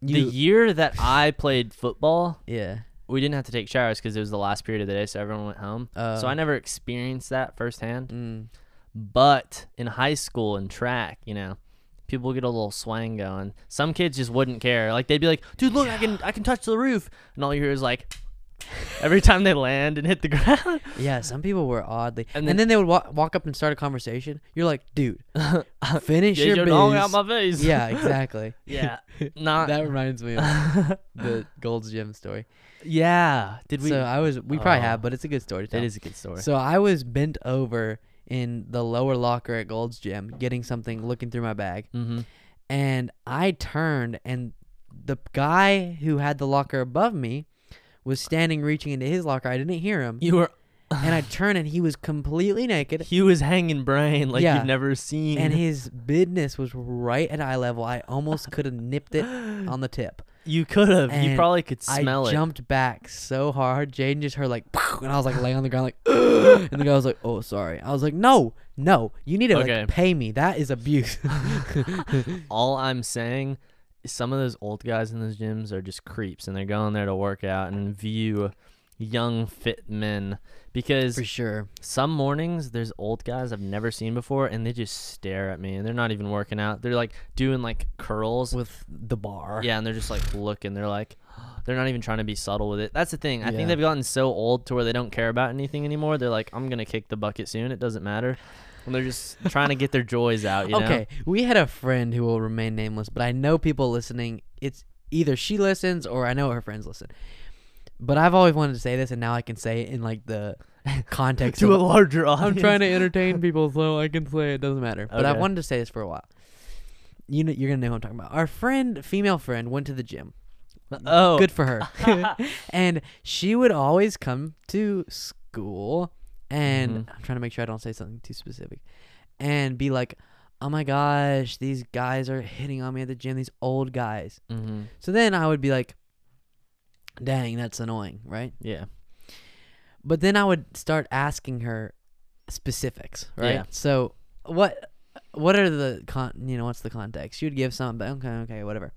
S3: the year that I played football,
S1: yeah.
S3: we didn't have to take showers because it was the last period of the day, so everyone went home.
S1: Uh,
S3: so I never experienced that firsthand.
S1: Mm,
S3: But in high school and track, you know, people get a little swang going. Some kids just wouldn't care. Like they'd be like, "Dude, look, I can I can touch the roof," and all you hear is like, every time they land and hit the ground.
S1: yeah, some people were oddly, and
S3: And
S1: then,
S3: then-
S1: they would walk, walk up and start a conversation. You're like, dude, finish
S3: Get
S1: your
S3: your dong out
S1: biz.
S3: my face.
S1: yeah, exactly. Uh,
S3: yeah. Not.
S1: that reminds me of the Gold's Gym story.
S3: yeah. Did we?
S1: so I was, we probably
S3: Oh.
S1: have, but it's a good story. To tell.
S3: that is a good story.
S1: So I was bent over in the lower locker at Gold's Gym, getting something, looking through my bag,
S3: mm-hmm.
S1: and I turned, and the guy who had the locker above me was standing, reaching into his locker. I didn't hear him,
S3: You were.
S1: and I turned, and he was completely naked,
S3: He was hanging brain like
S1: Yeah.
S3: you've never seen.
S1: and his business was right at eye level. I almost could have nipped it on the tip.
S3: you could have. You
S1: and
S3: probably could smell
S1: I
S3: it.
S1: jumped back so hard. Jaden just heard like, and I was like laying on the ground like, and the guy was like, "Oh, sorry." I was like, "No, no, you need to like,
S3: Okay.
S1: pay me. That is abuse."
S3: All I'm saying is some of those old guys in those gyms are just creeps and they're going there to work out and view young fit men because
S1: For sure.
S3: some mornings there's old guys I've never seen before and they just stare at me and they're not even working out. They're like doing like curls.
S1: With the bar.
S3: yeah, and they're just like looking. They're like they're not even trying to be subtle with it. That's the thing. I
S1: Yeah.
S3: think they've gotten so old to where they don't care about anything anymore. They're like, I'm gonna kick the bucket soon. It doesn't matter. And they're just trying to get their joys out. You know?
S1: okay, we had a friend who will remain nameless, but I know people listening. It's either she listens or I know her friends listen. But I've always wanted to say this, and now I can say it in like the context.
S3: To a
S1: of,
S3: larger audience.
S1: I'm trying to entertain people, so I can say it doesn't matter. But I
S3: Okay.
S1: wanted to say this for a while. You know, you're gonna know who I'm talking about. Our friend, female friend, went to the gym.
S3: Oh,
S1: Good for her. and she would always come to school, and
S3: Mm-hmm.
S1: I'm trying to make sure I don't say something too specific, and be like, "Oh my gosh, these guys are hitting on me at the gym. These old guys."
S3: Mm-hmm.
S1: So then I would be like, "Dang, that's annoying, right?"
S3: Yeah.
S1: but then I would start asking her specifics, right?
S3: Yeah.
S1: So what what are the con you know, what's the context? She would give some but okay, okay, whatever.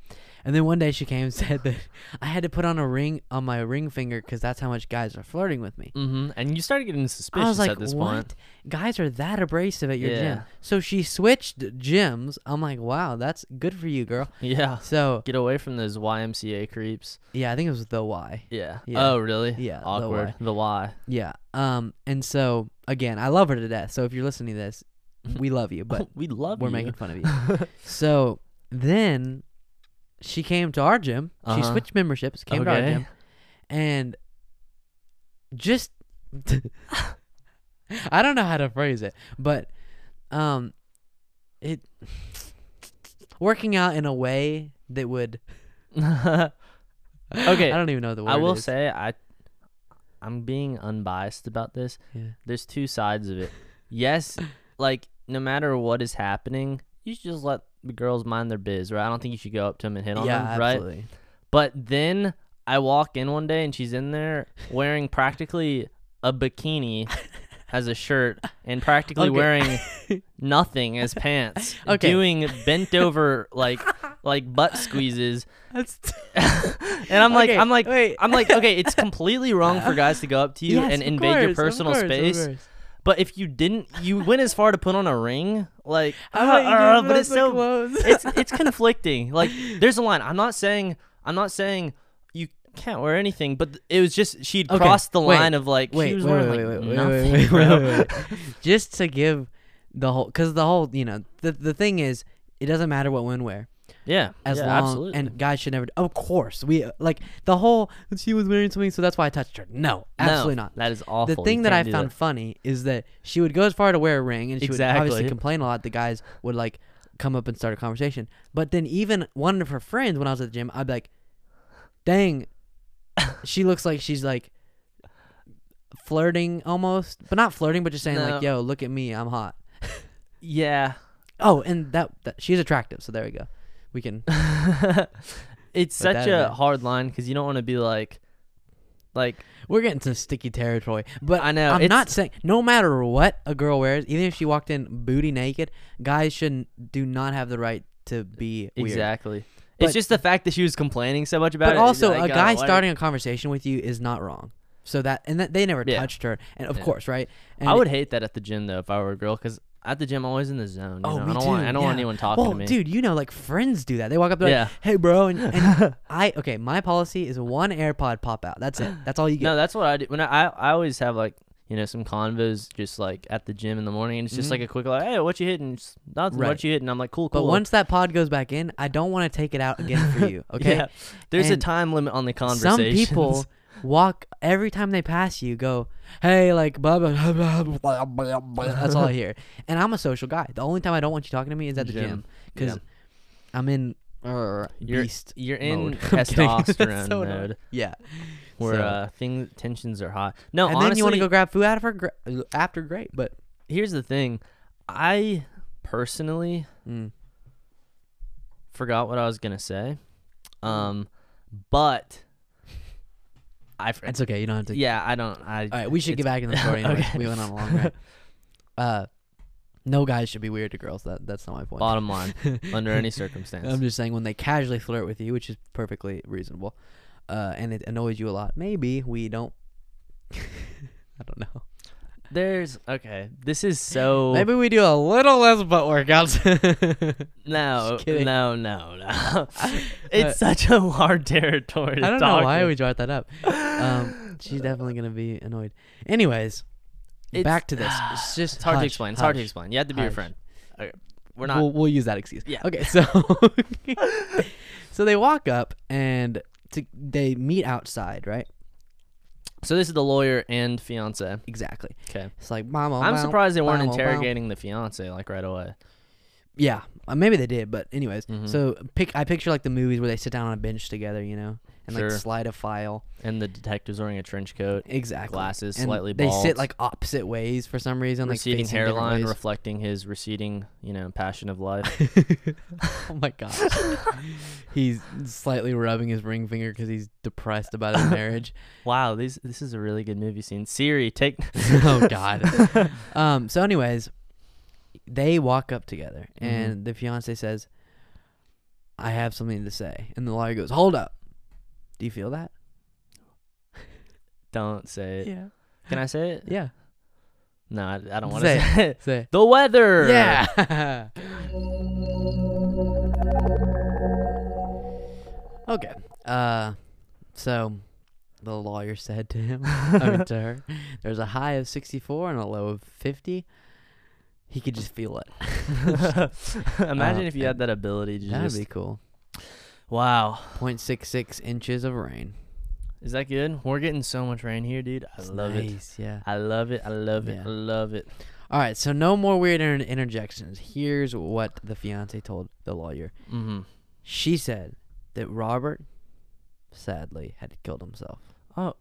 S1: And then one day she came and said that I had to put on a ring on my ring finger because that's how much guys are flirting with me.
S3: Mm-hmm. And you started getting suspicious
S1: I was like,
S3: at this
S1: what?
S3: point.
S1: Guys are that abrasive at your gym.
S3: Yeah.
S1: So she switched gyms. I'm like, wow, that's good for you, girl.
S3: Yeah.
S1: So
S3: Get away from those YMCA creeps.
S1: yeah, I think it was the Y.
S3: Yeah.
S1: Yeah.
S3: Oh, really?
S1: Yeah, the
S3: Awkward.
S1: Y.
S3: The Y.
S1: Yeah. Um. And so again, I love her to death. So if you're listening to this, we love you, but
S3: we love
S1: we're
S3: you.
S1: making fun of you. so then she came to our gym. She
S3: Uh-huh.
S1: switched memberships, came to our
S3: Okay.
S1: gym, and just I don't know how to phrase it, but um, it working out in a way that would
S3: Okay,
S1: I don't even know the word.
S3: I will
S1: is.
S3: say I, I'm being unbiased about this.
S1: Yeah.
S3: There's two sides of it. yes, like no matter what is happening, you should just let the girls mind their biz, right? I don't think you should go up to them and hit on
S1: yeah,
S3: them, right?
S1: absolutely.
S3: But then I walk in one day and she's in there wearing practically a bikini as a shirt and practically
S1: Okay.
S3: wearing nothing as pants.
S1: Okay.
S3: Doing bent over like like butt squeezes.
S1: That's
S3: And I'm like
S1: Okay,
S3: I'm like
S1: wait.
S3: I'm like okay, it's completely wrong for guys to go up to you
S1: Yes,
S3: and
S1: of
S3: invade
S1: course,
S3: your
S1: of
S3: personal
S1: course, of
S3: space.
S1: course.
S3: But if you didn't you went as far to put on a ring, like
S1: How about Oh, you
S3: uh,
S1: just
S3: but
S1: put
S3: it's
S1: the
S3: so
S1: clothes?
S3: it's it's conflicting. Like there's a line. I'm not saying I'm not saying you can't wear anything, but th- it was just she'd
S1: Okay,
S3: crossed the
S1: wait,
S3: line of like
S1: wait,
S3: she was
S1: wait,
S3: wearing
S1: wait,
S3: like
S1: wait, wait,
S3: nothing,
S1: wait, wait,
S3: bro.
S1: wait, wait, wait. just to give the whole because the whole you know the the thing is it doesn't matter what women wear
S3: Yeah,
S1: as
S3: yeah,
S1: long
S3: absolutely.
S1: and guys should never of course we like the whole she was wearing something so that's why I touched her no absolutely
S3: No,
S1: not
S3: That is awful.
S1: the
S3: You
S1: thing that I
S3: can't do
S1: found funny is that she would go as far to wear a ring and she would obviously
S3: Exactly.
S1: complain a lot the guys would like come up and start a conversation but then even one of her friends when I was at the gym I'd be like dang she looks like she's like flirting almost but not flirting but just saying like
S3: No.
S1: yo look at me I'm hot
S3: yeah,
S1: oh and that, that she's attractive so there we go we can
S3: it's
S1: But
S3: such
S1: that
S3: a
S1: is-
S3: hard line because you don't want to be like, like
S1: We're getting some sticky territory, but
S3: I know,
S1: I'm
S3: it's-
S1: not saying no matter what a girl wears, even if she walked in booty naked, guys shouldn't do not have the right to be weird.
S3: exactly.
S1: But-
S3: it's just the fact that she was complaining so much about
S1: But
S3: it. uh,
S1: also, a guy
S3: starting.
S1: starting a conversation with you is not wrong. So that and that they never
S3: Yeah.
S1: touched her, and of
S3: Yeah.
S1: course, right? And
S3: I would hate that at the gym though if I were a girl because at the gym I'm always in the zone. You
S1: Oh,
S3: know?
S1: me
S3: I don't
S1: too.
S3: want I don't want
S1: yeah.
S3: anyone talking
S1: well,
S3: to me.
S1: dude, you know, like friends do that. They walk up, they're
S3: Yeah.
S1: like, "Hey, bro," and, and I okay. My policy is one AirPod pop out. That's it. That's all you get.
S3: No, that's what I do. When I, I I always have like you know some convos just like at the gym in the morning and it's just
S1: Mhm.
S3: like a quick like hey what you hitting Just nothing
S1: Right.
S3: what you hitting I'm like cool
S1: but
S3: cool.
S1: once that pod goes back in, I don't want to take it out again for you. Okay.
S3: Yeah. there's a
S1: And
S3: time limit on the conversation.
S1: Some people walk every time they pass you. Go, hey, like, blah, blah, blah, blah, blah, blah, blah." that's all I hear. And I'm a social guy. The only time I don't want you talking to me is at the
S3: Gym.
S1: gym because I'm in uh,
S3: You're-
S1: beast.
S3: you're in
S1: mode. I'm kidding. That's
S3: testosterone
S1: so annoying.
S3: mode
S1: Yeah.
S3: where
S1: So-
S3: uh things tensions are high. No,
S1: and
S3: honestly,
S1: then you want to go grab food after gra- after great, but
S3: here's the thing, I personally
S1: mm,
S3: forgot what I was gonna say.
S1: Hmm.
S3: Um, but I fr-
S1: it's okay. You don't have to.
S3: yeah I don't I
S1: All right, we should get
S3: it's-
S1: back in the story. Anyway.
S3: Okay.
S1: We went on a long rant. Uh, no guys should be weird to girls. That that's not my point.
S3: bottom line under any circumstance.
S1: I'm just saying when they casually flirt with you, which is perfectly reasonable, uh, and it annoys you a lot. Maybe we don't. I don't know.
S3: There's okay. This is so
S1: Maybe we do a little less butt workouts.
S3: no
S1: Just kidding.
S3: no no no. it's such a hard territory. To
S1: I don't
S3: talk
S1: know why
S3: in.
S1: we brought that up. Um, she's definitely gonna be annoyed. Anyways,
S3: It's-
S1: back to this. It's just
S3: It's hard to
S1: hush,
S3: explain. It's hard to
S1: hush.
S3: explain. You have to be your
S1: hush.
S3: friend. Okay. We're not.
S1: We'll, we'll use that excuse.
S3: Yeah.
S1: Okay. So, so they walk up and to, they meet outside, right?
S3: so this is the lawyer and fiance.
S1: Exactly.
S3: Okay.
S1: It's like mama.
S3: I'm
S1: wow,
S3: surprised they weren't
S1: wow, wow."
S3: interrogating the fiance like right away.
S1: Yeah, uh, maybe they did, but anyways.
S3: Mhm.
S1: So pic- I picture like the movies where they sit down on a bench together, you know, and
S3: Sure.
S1: like slide a file.
S3: And the detective's wearing a trench coat.
S1: Exactly.
S3: Glasses,
S1: And
S3: slightly
S1: They sit
S3: bald.
S1: like opposite ways for some reason, like
S3: receding
S1: facing different
S3: hairline
S1: ways.
S3: reflecting his receding, you know, passion of life.
S1: oh my gosh. he's slightly rubbing his ring finger because he's depressed about his marriage.
S3: wow, these this is a really good movie scene. Siri, take
S1: oh god um so anyways they walk up together and the fiance says i have something to say and the lawyer goes hold up do you feel that
S3: don't say it.
S1: yeah
S3: Can I say it?
S1: yeah
S3: No, I, I don't want
S1: Say
S3: to
S1: it.
S3: say it.
S1: say
S3: The weather.
S1: yeah okay uh so the lawyer said to him I mean, to her there's a high of 64 and a low of 50 he could just feel it
S3: Imagine
S1: Um,
S3: if you had that ability to
S1: that'd
S3: just
S1: be cool
S3: Wow.
S1: 0.66 inches of rain.
S3: Is that good? We're getting so much rain here, dude. I love it.
S1: nice, yeah.
S3: I love it. I love it.
S1: Yeah.
S3: I love it.
S1: All right, so no more weird inter- interjections. Here's what the fiance told the lawyer.
S3: Mm-hmm.
S1: She said that Robert sadly had killed himself.
S3: Oh.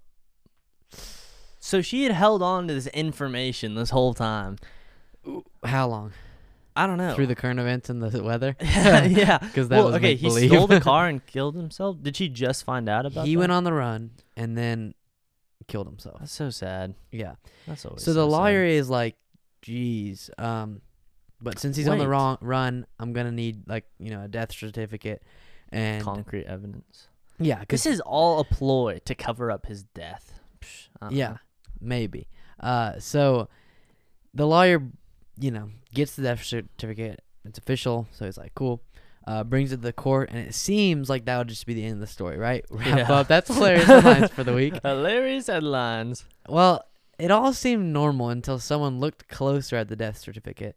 S3: So she had held on to this information this whole time.
S1: How long?
S3: I don't know.
S1: Through the current events and the weather?
S3: yeah.
S1: 'Cause that was
S3: okay, he
S1: make-believe.
S3: stole the car and killed himself. Did she just find out about
S1: He
S3: that?
S1: went on the run and then killed himself.
S3: That's so sad.
S1: Yeah.
S3: That's always
S1: So the
S3: sad.
S1: lawyer is like, "Geez, um, but since he's on the
S3: Wait.
S1: wrong run, I'm gonna need like you know a death certificate and
S3: concrete evidence.
S1: yeah, 'cause
S3: This is all a ploy to cover up his death. Psh, uh-uh. I don't
S1: Yeah,
S3: know.
S1: maybe. Uh, so the lawyer, you know, gets the death certificate. It's official, so he's like, cool. Uh, brings it to the court, and it seems like that would just be the end of the story, right? Wrap
S3: Yeah.
S1: up. That's hilarious headlines for the week.
S3: Hilarious headlines.
S1: Well, it all seemed normal until someone looked closer at the death certificate,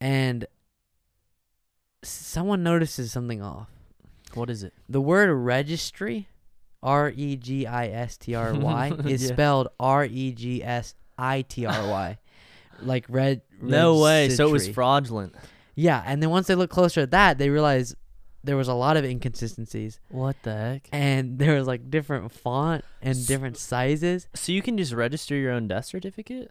S1: and someone notices something off.
S3: What is it?
S1: The word registry, R E G I S T R Y, is
S3: Yeah.
S1: spelled R E G S I T R Y. Like red.
S3: No way. So it was
S1: registry.
S3: fraudulent.
S1: Yeah, and then once they look closer at that, they realize there was a lot of inconsistencies,
S3: What the heck?
S1: and there was like different font and
S3: S-
S1: different sizes.
S3: So you can just register your own death certificate?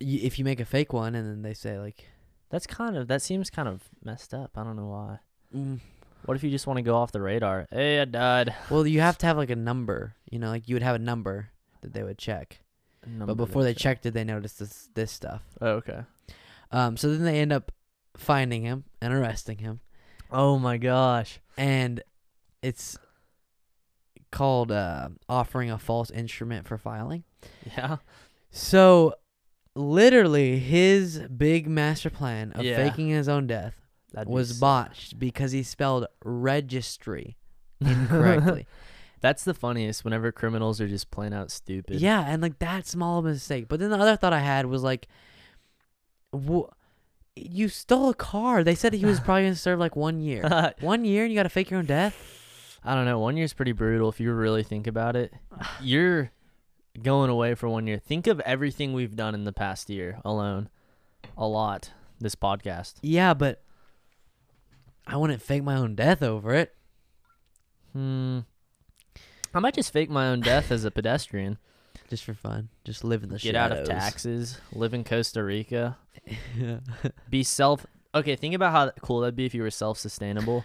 S1: You, if you make a fake one, and then they say like,
S3: That's kind of that seems kind of messed up. I don't know why.
S1: mm.
S3: What if you just want to go off the radar? Hey, I died.
S1: well, you have to have like a number. You know, like you would have a number that they would check.
S3: Number
S1: but before they
S3: that
S1: checked it, they noticed this this stuff.
S3: Oh, okay.
S1: Um, so then they end up finding him and arresting him.
S3: Oh my gosh.
S1: and it's called uh, offering a false instrument for filing.
S3: Yeah.
S1: So, literally, his big master plan of
S3: Yeah.
S1: faking his own death
S3: That
S1: was botched because he spelled registry incorrectly.
S3: That's the funniest whenever criminals are just plain out stupid.
S1: yeah, and like that small of a mistake. But then the other thought I had was like, wh- you stole a car. They said he was probably gonna serve like one year.
S3: I
S1: One year and you gotta fake your own death.
S3: don't know. One year's pretty brutal if you really think about it. You're going away for one year. Think of everything we've done in the past year alone. A lot. This podcast.
S1: Yeah, but I wouldn't fake my own death over it.
S3: Hmm. I might just fake my own death as a pedestrian.
S1: Just for fun. Just live in the
S3: Get out
S1: shadows.
S3: of taxes. Live in Costa Rica.
S1: Yeah.
S3: Be self. Okay, think about how cool that'd be if you were self-sustainable.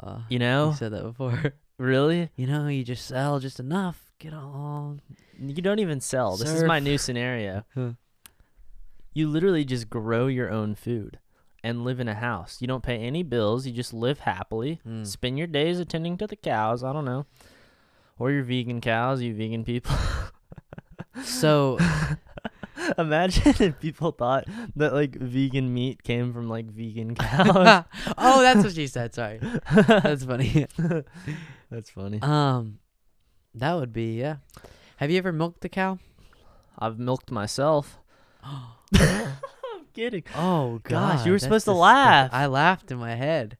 S1: Uh,
S3: You
S1: you
S3: know,
S1: said that before.
S3: really?
S1: You know, you just sell just enough, get along.
S3: You don't even sell. This is my new scenario.
S1: Huh.
S3: You literally just grow your own food and live in a house. You don't pay any bills. You just live happily.
S1: Mm.
S3: Spend your days attending to the cows. I don't know. Or your vegan cows, you vegan people.
S1: So
S3: Imagine if people thought that like vegan meat came from like vegan cows.
S1: Oh, that's what she said. Sorry. That's funny.
S3: That's funny.
S1: Um that would be yeah. Have you ever milked a cow?
S3: I've milked myself. I'm kidding.
S1: Oh
S3: Gosh,
S1: God,
S3: you were
S1: that's
S3: supposed to
S1: disgust-
S3: laugh.
S1: I laughed in my head.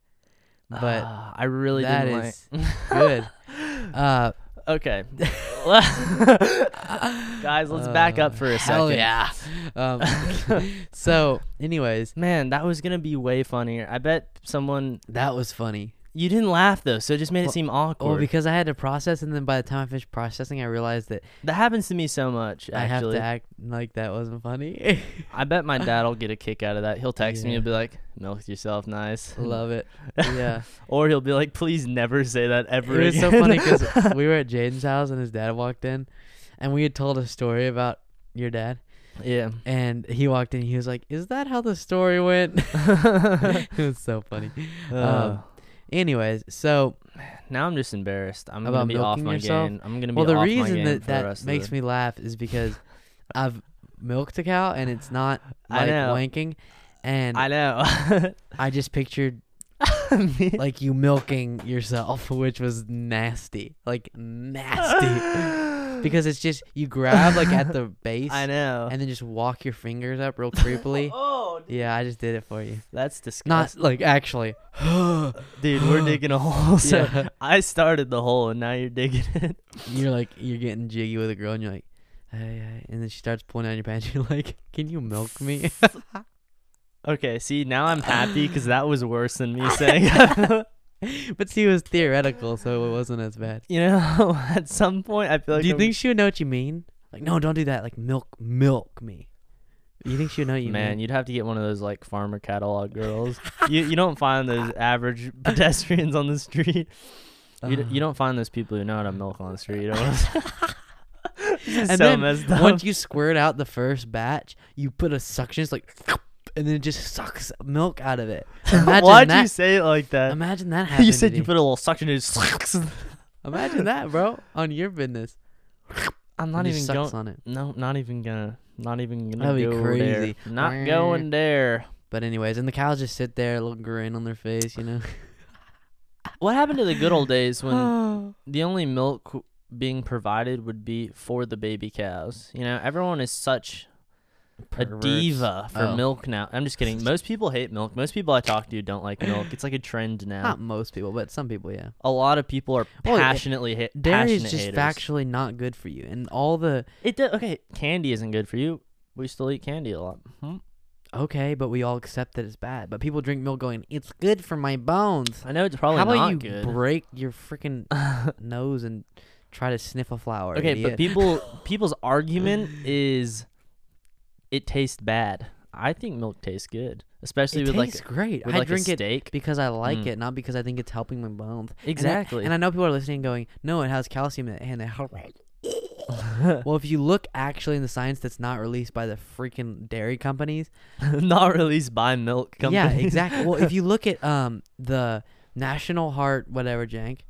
S1: But
S3: Ah, I really
S1: that
S3: didn't
S1: is good. Uh
S3: like. Okay. Guys, let's back up
S1: uh,
S3: for a
S1: hell
S3: second.
S1: yeah. Um so anyways,
S3: Man, that was gonna be way funnier. I bet someone
S1: that was funny.
S3: you didn't laugh though, so it just made
S1: Well-
S3: it seem
S1: Well,
S3: awkward.
S1: because I had to process and then by the time I finished processing I realized that
S3: that happens to me so much. Actually,
S1: I have to act like that wasn't funny.
S3: I bet my dad will get a kick out of that. He'll text me
S1: Yeah.
S3: and be like, "Milk yourself, nice,"
S1: Love it. Yeah.
S3: or he'll be like, "Please never say that
S1: it
S3: ever
S1: was so
S3: again."
S1: funny because we were at Jaden's house and his dad walked in and we had told a story about your dad.
S3: yeah,
S1: And he walked in he was like, Is that how the story went? it was so funny.
S3: Uh,
S1: Anyways, so,
S3: now I'm just embarrassed. I'm
S1: about
S3: gonna be off
S1: milking
S3: my
S1: yourself?
S3: game. I'm gonna be
S1: well, the
S3: off my
S1: reason
S3: game
S1: that
S3: for the
S1: that
S3: rest of
S1: makes
S3: the-
S1: me laugh is because I've milked a cow and it's not
S3: I
S1: like
S3: know.
S1: wanking. And
S3: I
S1: I,
S3: know.
S1: just pictured
S3: Me-
S1: like you milking yourself, which was nasty. Like, nasty. because it's just you grab like at the base
S3: I know.
S1: and then just walk your fingers up real creepily.
S3: oh, dude,
S1: yeah, I just did it for you.
S3: that's
S1: Not
S3: disgusting.
S1: like actually.
S3: dude, we're digging a hole. So
S1: Yeah.
S3: I started the hole, and now you're digging it.
S1: You're like you're getting jiggy with a girl and you're like, hey, hey," and then she starts pulling out your pants. You're like, can you milk me?
S3: Okay, see, now I'm happy because that was worse than me saying.
S1: but see, it was theoretical, so it wasn't as bad.
S3: you know, at some point, I feel like.
S1: do you
S3: I'm-
S1: think she would know what you mean? Like, no, don't do that. Like, milk, milk me. You think she would know what you
S3: Man,
S1: mean?
S3: you'd have to get one of those like farmer catalog girls. you you don't find those average pedestrians on the street. You, d-
S1: Ugh.
S3: you don't find those people who know how to milk on the street. You know what I'm saying? This is
S1: And
S3: so
S1: then
S3: messed up.
S1: Once you squirt out the first batch, you put a suction, it's like, and then it just sucks milk out of it. Imagine
S3: Why'd you
S1: that.
S3: say it like that?
S1: Imagine that happening.
S3: You said
S1: to
S3: you
S1: me.
S3: put a little suction in. it just
S1: Imagine that, bro. On your business.
S3: I'm
S1: It
S3: not
S1: just
S3: even
S1: sucks
S3: going.
S1: on it.
S3: No, not even gonna. Not even gonna
S1: That'd be
S3: go
S1: crazy.
S3: there. Not going there.
S1: But anyways, and the cows just sit there, a little grin on their face, you know.
S3: What happened to the good old days when the only milk w- being provided would be for the baby cows? You know, everyone is such a
S1: Perverts.
S3: diva for
S1: Oh.
S3: milk now. I'm just kidding. Most people hate milk. Most people I talk to don't like milk. It's like a trend now.
S1: Not most people, but some people, yeah.
S3: a lot of people are
S1: Well, it-
S3: passionately hate.
S1: Dairy is
S3: passionate
S1: just
S3: haters.
S1: factually not good for you, and all the
S3: It do- okay. Candy isn't good for you. We still eat candy a lot. Hmm?
S1: okay, but we all accept that it's bad. But people drink milk, going, "It's good for my bones."
S3: I know it's probably
S1: How about
S3: not
S1: you
S3: good.
S1: break your freaking nose and try to sniff a flower?
S3: okay,
S1: idiot.
S3: but people people's argument is it tastes bad. I think milk tastes good, especially
S1: it
S3: with like
S1: tastes great.
S3: with
S1: I
S3: like
S1: drink
S3: a
S1: it
S3: steak.
S1: because I like
S3: Mm.
S1: it, not because I think it's helping my bones. And I-
S3: Exactly.
S1: And I, know people are listening, going, "No, it has calcium in it," and they well, if you look actually in the science that's not released by the freaking dairy companies.
S3: Not released by milk company.
S1: Yeah, exactly. well, if you look at um the National Heart whatever jank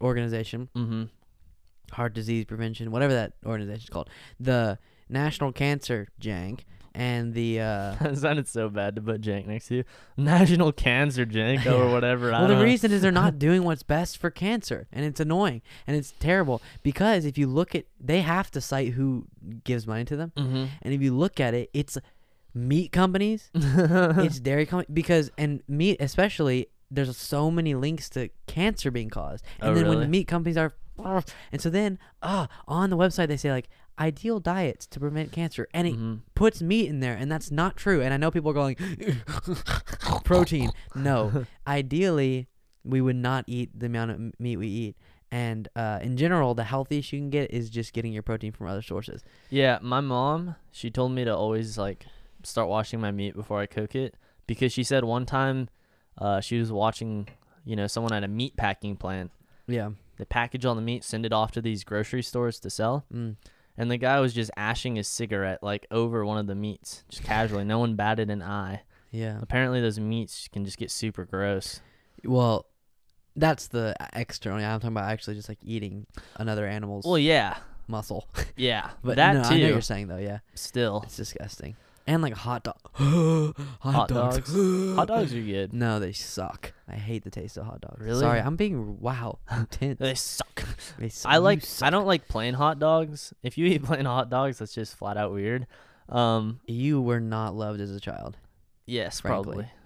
S1: organization,
S3: mm-hmm.
S1: heart disease prevention, whatever that organization's called, the National Cancer jank and the uh
S3: That sounded so bad to put Jank next to you. National Cancer Jank or whatever. I
S1: Well, the
S3: don't know.
S1: reason is they're not doing what's best for cancer, and it's annoying and it's terrible because if you look at, they have to cite who gives money to them, and if you look at it, it's meat companies,
S3: Mm-hmm.
S1: it's dairy companies, because and meat especially, there's so many links to cancer being caused, and
S3: Oh,
S1: then when
S3: really?
S1: the meat companies are, and so then ah on the website they say like ideal diets to prevent cancer, and it
S3: Mhm.
S1: puts meat in there, and that's not true. And I know people are going, protein. No, ideally, we would not eat the amount of m- meat we eat. And uh, in general, the healthiest you can get is just getting your protein from other sources.
S3: Yeah, my mom, she told me to always like start washing my meat before I cook it because she said one time uh, she was watching, you know, someone at a meat packing plant.
S1: Yeah.
S3: They package all the meat, send it off to these grocery stores to sell.
S1: Mm.
S3: And the guy was just ashing his cigarette like over one of the meats, just casually. No one batted an eye.
S1: Yeah.
S3: Apparently, those meats can just get super gross.
S1: Well, that's the external. I'm talking about actually just like eating another animal's
S3: Well, yeah,
S1: muscle.
S3: yeah,
S1: But
S3: that
S1: no,
S3: too.
S1: I know what you're saying though. Yeah,
S3: Still,
S1: it's disgusting. And like hot dog. hot,
S3: Hot
S1: dogs.
S3: hot dogs are good.
S1: No, they suck. I hate the taste of hot dogs.
S3: Really?
S1: Sorry, I'm being wow intense.
S3: They suck.
S1: They su-
S3: I
S1: you
S3: like.
S1: suck.
S3: I don't like plain hot dogs. If you eat plain hot dogs, that's just flat out weird. Um.
S1: You were not loved as a child.
S3: Yes,
S1: Frankly. Like,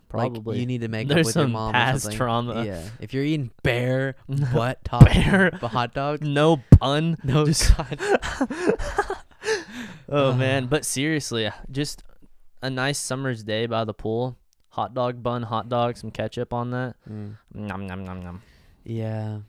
S3: probably. Probably.
S1: you need to make
S3: There's
S1: up with
S3: some
S1: your mom or
S3: past
S1: something.
S3: trauma.
S1: Yeah. If you're eating bare butt top
S3: Bare-
S1: hot dog,
S3: no pun.
S1: no. Ah.
S3: Just- oh man, but seriously, uh, just a nice summer's day by the pool, hot dog bun, hot dog, some ketchup on that.
S1: Mm.
S3: Nom nom nom nom.
S1: Yeah.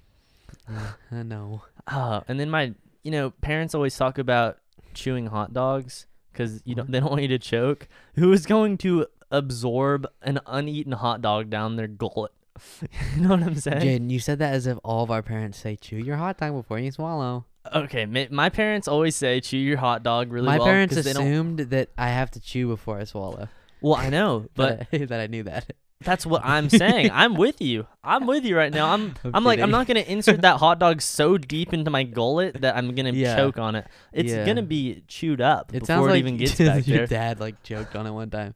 S1: Yeah, I know.
S3: Uh, and then my, you know, parents always talk about chewing hot dogs because you
S1: Mm-hmm.
S3: don't, they don't want you to choke. Who is going to absorb an uneaten hot dog down their gullet? you know what I'm saying?
S1: Jaden, you said that as if all of our parents say, chew your hot dog before you swallow.
S3: Okay, my, my parents always say chew your hot dog really
S1: My
S3: well.
S1: parents
S3: 'cause they don't.
S1: assumed that I have to chew before I swallow.
S3: Well, I know, but
S1: But that I knew that.
S3: that's what I'm saying. I'm with you. I'm with you right now. I'm.
S1: I'm
S3: I'm like I'm
S1: kidding.
S3: not gonna insert that hot dog so deep into my gullet that I'm gonna
S1: Yeah.
S3: choke on it. It's
S1: Yeah.
S3: gonna be chewed up
S1: It sounds
S3: before
S1: like
S3: it even gets back
S1: your
S3: there.
S1: dad like joked on it one time.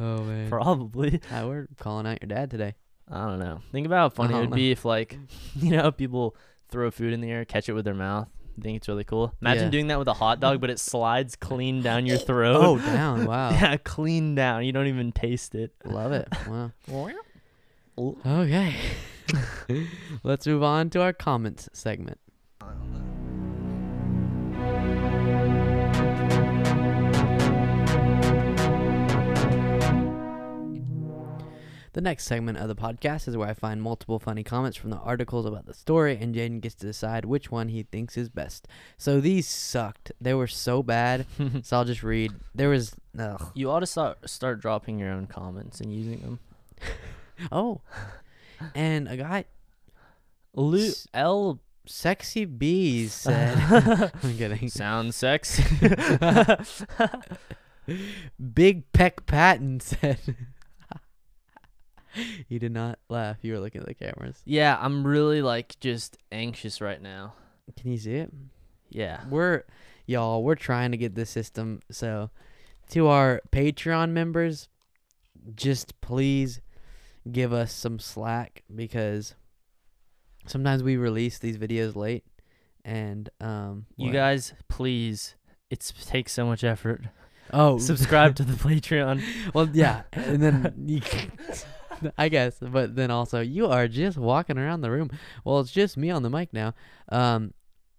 S1: oh man.
S3: Probably.
S1: Ah, we're calling out your dad today.
S3: I don't know. Think about how funny it
S1: don't
S3: would
S1: know.
S3: be if, like, you know, how people throw food in the air, catch it with their mouth. I think it's really cool. Imagine
S1: Yeah.
S3: doing that with a hot dog, but it slides clean down your throat.
S1: Oh, down. Wow.
S3: yeah, clean down. You don't even taste it.
S1: Love it. Wow.
S3: Oh.
S1: Okay. Let's move on to our comments segment. The next segment of the podcast is where I find multiple funny comments from the articles about the story, and Jaden gets to decide which one he thinks is best. So these sucked. They were so bad. so I'll just read. There was. Ugh.
S3: You ought to start start dropping your own comments and using them.
S1: Oh. And a guy
S3: Lu-
S1: S-
S3: L
S1: Sexy Bees said, I'm kidding.
S3: sounds sexy.
S1: Big Peck Patton said, You did not laugh. You were looking at the cameras.
S3: yeah, I'm really like just anxious right now.
S1: Can you see it?
S3: Yeah.
S1: We're, y'all, we're trying to get this system. So, to our Patreon members, just please give us some slack because sometimes we release these videos late. And, um,
S3: You
S1: what?
S3: guys, please. It's takes so much effort.
S1: oh,
S3: Subscribe to the Patreon.
S1: Well, yeah, and then you, I guess, but then also you are just walking around the room. Well, it's just me on the mic now. Um,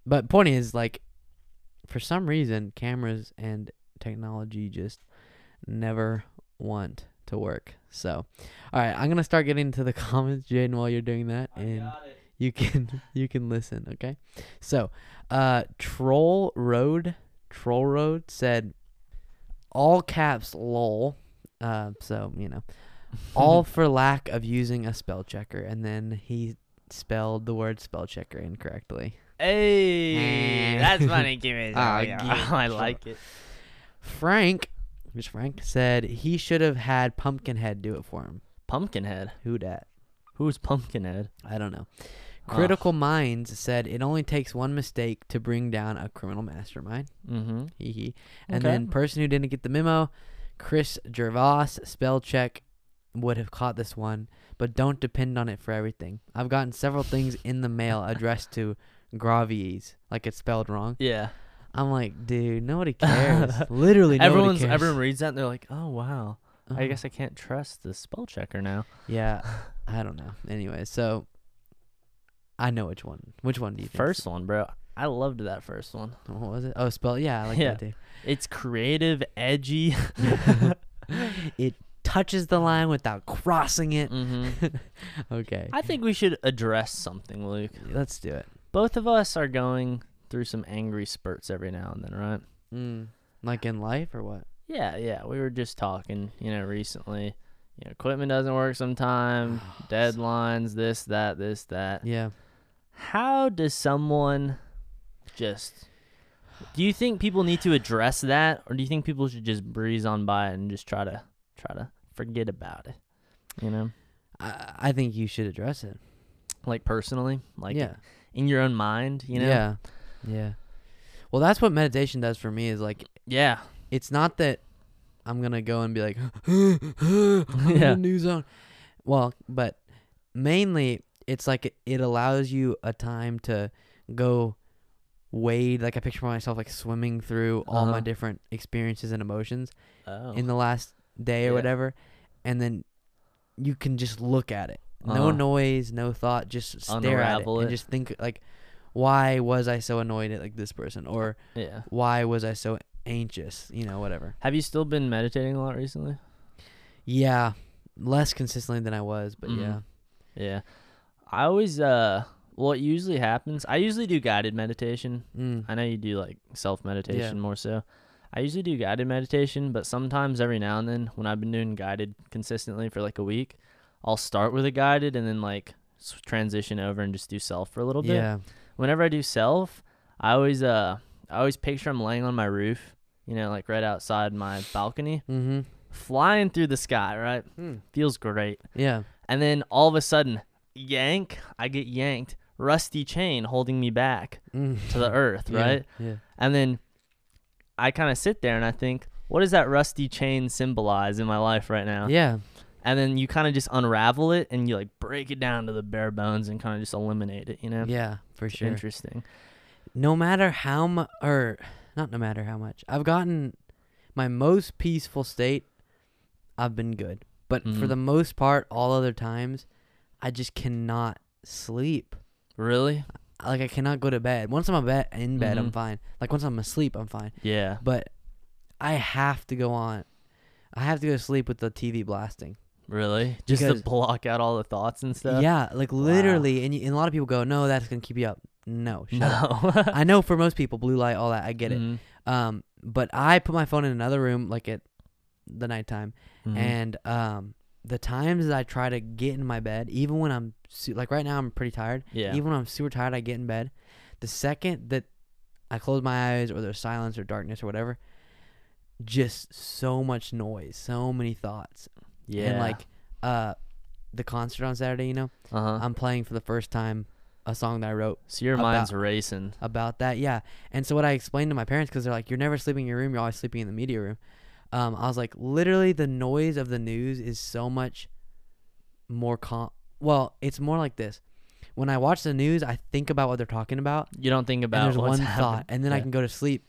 S1: but point is, like, for some reason, cameras and technology just never want to work. So, all right, I'm gonna start getting to the comments, Jaden, while you're doing that, and you can you can listen, okay? So, uh, Troll Road, Troll Road said, all caps, lol. Uh, so you know, all for lack of using a spell checker, and then he spelled the word spell checker incorrectly.
S3: Hey,
S1: Eh.
S3: that's funny. Give me.
S1: Ah,
S3: yeah,
S1: yeah,
S3: I
S1: sure.
S3: like it.
S1: Frank, who's Frank, said he should have had Pumpkinhead do it for him.
S3: Pumpkinhead.
S1: Who dat?
S3: Who's Pumpkinhead?
S1: I don't know.
S3: Ugh.
S1: Critical Minds said it only takes one mistake to bring down a criminal mastermind.
S3: Mm-hmm.
S1: Hee hee. And
S3: Okay.
S1: then person who didn't get the memo, Chris Gervais, spell check would have caught this one, but don't depend on it for everything. I've gotten several things in the mail addressed to Gravies, like it's spelled wrong.
S3: Yeah.
S1: I'm like, dude, nobody cares. Literally, nobody
S3: Everyone's
S1: cares.
S3: everyone reads that and they're like, oh wow. I
S1: Uh-huh.
S3: guess I can't trust the spell checker now.
S1: Yeah, I don't know. Anyway, so I know which one. Which one do you think?
S3: First one, bro. I loved that first one.
S1: What was it? Oh, spell. Yeah, I like
S3: Yeah.
S1: that too.
S3: It's creative, edgy.
S1: It touches the line without crossing it.
S3: hmm
S1: Okay,
S3: I think we should address something, Luke.
S1: let's do it.
S3: Both of us are going through some angry spurts every now and then, right?
S1: Mm. Like in life or what?
S3: Yeah, yeah. We were just talking, you know, recently. You know, equipment doesn't work sometime, deadlines, this, that, this, that.
S1: Yeah.
S3: How does someone just do you think people need to address that or do you think people should just breeze on by it and just try to try to forget about it? You know?
S1: I, I think you should address it.
S3: Like personally? Like
S1: yeah.
S3: in your own mind, you know?
S1: Yeah. Yeah. Well, that's what meditation does for me. Is like
S3: Yeah.
S1: it's not that I'm gonna go and be like, I'm in
S3: Yeah.
S1: a new zone. Well, but mainly it's like it- it allows you a time to go wade. Like I picture myself like swimming through all my
S3: Uh-huh.
S1: different experiences and emotions
S3: Oh.
S1: in the last day or
S3: Yeah.
S1: whatever, and then you can just look at it. No
S3: Uh-huh.
S1: noise, no thought. Just stare at
S3: Unravel
S1: it
S3: it.
S1: and just think like, why was I so annoyed at like this person, or
S3: yeah.
S1: why was I so anxious? You know, whatever.
S3: Have you still been meditating a lot recently?
S1: Yeah, less consistently than I was, but
S3: Mhm.
S1: yeah.
S3: Yeah. I always uh what usually happens, I usually do guided meditation.
S1: Mm.
S3: I know you do like self meditation more so. I usually do guided meditation, but sometimes every now and then when I've been doing guided consistently for like a week, I'll start with a guided and then like s- transition over and just do self for a little bit.
S1: Yeah.
S3: Whenever I do self, I always uh I always picture I'm laying on my roof, you know, like right outside my balcony,
S1: Mm-hmm.
S3: flying through the sky, right? Feels great.
S1: Yeah.
S3: And then all of a sudden, yank, I get yanked, rusty chain holding me back
S1: Mm.
S3: to the earth,
S1: Yeah,
S3: right?
S1: Yeah.
S3: And then I kind of sit there and I think, what does that rusty chain symbolize in my life right now?
S1: Yeah.
S3: And then you kind of just unravel it and you like break it down to the bare bones and kind of just eliminate it, you know?
S1: Yeah. For
S3: It's
S1: sure.
S3: Interesting.
S1: No matter how mu- or not no matter how much I've gotten, my most peaceful state, I've been good. But for
S3: Mhm.
S1: the most part, all other times, I just cannot sleep.
S3: Really?
S1: Like I cannot go to bed. Once I'm a bed in bed, I'm
S3: Mhm.
S1: fine. Like once I'm asleep, I'm fine.
S3: Yeah.
S1: But I have to go on. I have to go to sleep with the TV blasting.
S3: Really? Just
S1: Because-
S3: to block out all the thoughts and stuff?
S1: Yeah, like literally, and, y- and a lot of people go, "No, that's gonna keep you up." No, shut up.
S3: No.
S1: I know for most people, blue light, all that, I get it.
S3: Mhm.
S1: Um, but I put my phone in another room, like at the nighttime,
S3: Mhm.
S1: and um, the times that I try to get in my bed, even when I'm su- like right now, I'm pretty tired.
S3: Mm-hmm. yeah.
S1: Even when I'm super tired, I get in bed. The second that I close my eyes, or there's silence or darkness or whatever, just so much noise, so many thoughts,
S3: yeah.
S1: and like uh, the concert on Saturday, you know.
S3: uh-huh.
S1: I'm playing for the first time a song that I wrote
S3: so your
S1: um, about-
S3: mind's racing.
S1: about that. Yeah. And so what I explained to my parents because they're like, "You're never sleeping in your room. You're always sleeping in the media room." Um, I was like, literally, the noise of the news is so much more calm. Well, it's more like this. When I watch the news, I think about what they're talking about,
S3: You don't think
S1: and
S3: about
S1: there's
S3: what's
S1: one thought,
S3: happened.
S1: and then I
S3: Yeah.
S1: can go to sleep,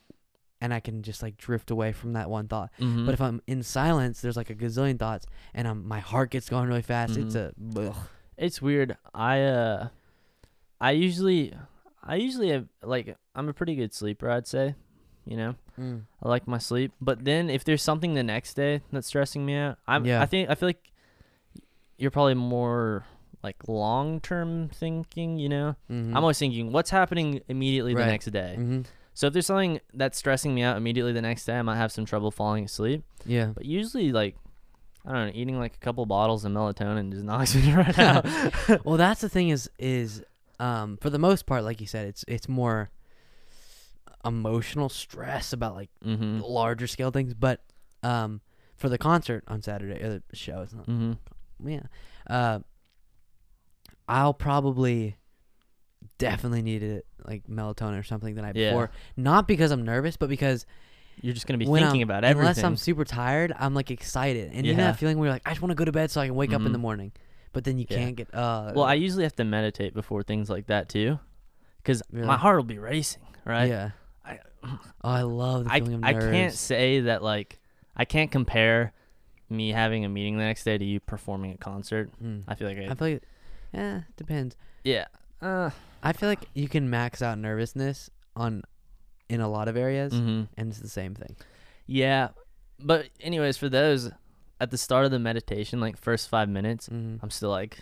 S1: and I can just like drift away from that one thought.
S3: Mhm.
S1: But if I'm in silence, there's like a gazillion thoughts, and i my heart gets going really fast. It's a
S3: Mm.
S1: ugh.
S3: It's weird. I uh I usually I usually have like I'm a pretty good sleeper, I'd say. You know,
S1: Mm.
S3: I like my sleep. But then if there's something the next day that's stressing me out, I'm
S1: Yeah.
S3: I think I feel like you're probably more like long term thinking, you know?
S1: Mhm.
S3: I'm always thinking, what's happening immediately
S1: Right.
S3: the next day?
S1: Mhm.
S3: So if there's something that's stressing me out immediately the next day, I might have some trouble falling asleep.
S1: Yeah.
S3: But usually like I don't know, eating like a couple bottles of melatonin just knocks me right out.
S1: well, that's the thing is is um, for the most part, like you said, it's it's more emotional stress about like
S3: Mm-hmm.
S1: larger scale things. But um, for the concert on Saturday or the show, it's not
S3: Mm-hmm.
S1: yeah. Uh, I'll probably definitely need it like melatonin or something the night
S3: Yeah.
S1: before. Not because I'm nervous, but because
S3: You're just gonna be
S1: when
S3: thinking
S1: I'm-
S3: about everything.
S1: Unless I'm super tired, I'm like excited, and you know
S3: Yeah.
S1: that feeling where you're like, I just want to go to bed so I can wake up in
S3: Mhm.
S1: the morning, but then you
S3: Yeah.
S1: can't get. Uh,
S3: well, I usually have to meditate before things like that too, because
S1: Really?
S3: my heart will be racing. Right.
S1: yeah.
S3: I-
S1: oh, I love the
S3: I,
S1: feeling of
S3: I
S1: nerves.
S3: can't say that like I can't compare me having a meeting the next day to you performing a concert.
S1: Mm.
S3: I feel like I,
S1: I feel like, yeah, depends.
S3: yeah. Uh,
S1: I feel like you can max out nervousness on, in a lot of areas,
S3: hmm
S1: and it's the same thing.
S3: Yeah. But anyways, for those at the start of the meditation, like first five minutes,
S1: hmm
S3: I'm still like,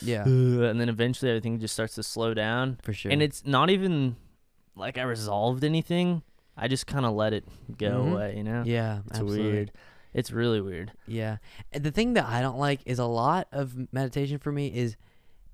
S1: Yeah,
S3: "Ugh," and then eventually everything just starts to slow down,
S1: for sure.
S3: and it's not even like I resolved anything. I just kind of let it go
S1: Mhm.
S3: away, you know.
S1: yeah,
S3: uh, it's
S1: absolutely.
S3: weird. It's really weird.
S1: Yeah. And The thing that I don't like is a lot of m- meditation for me is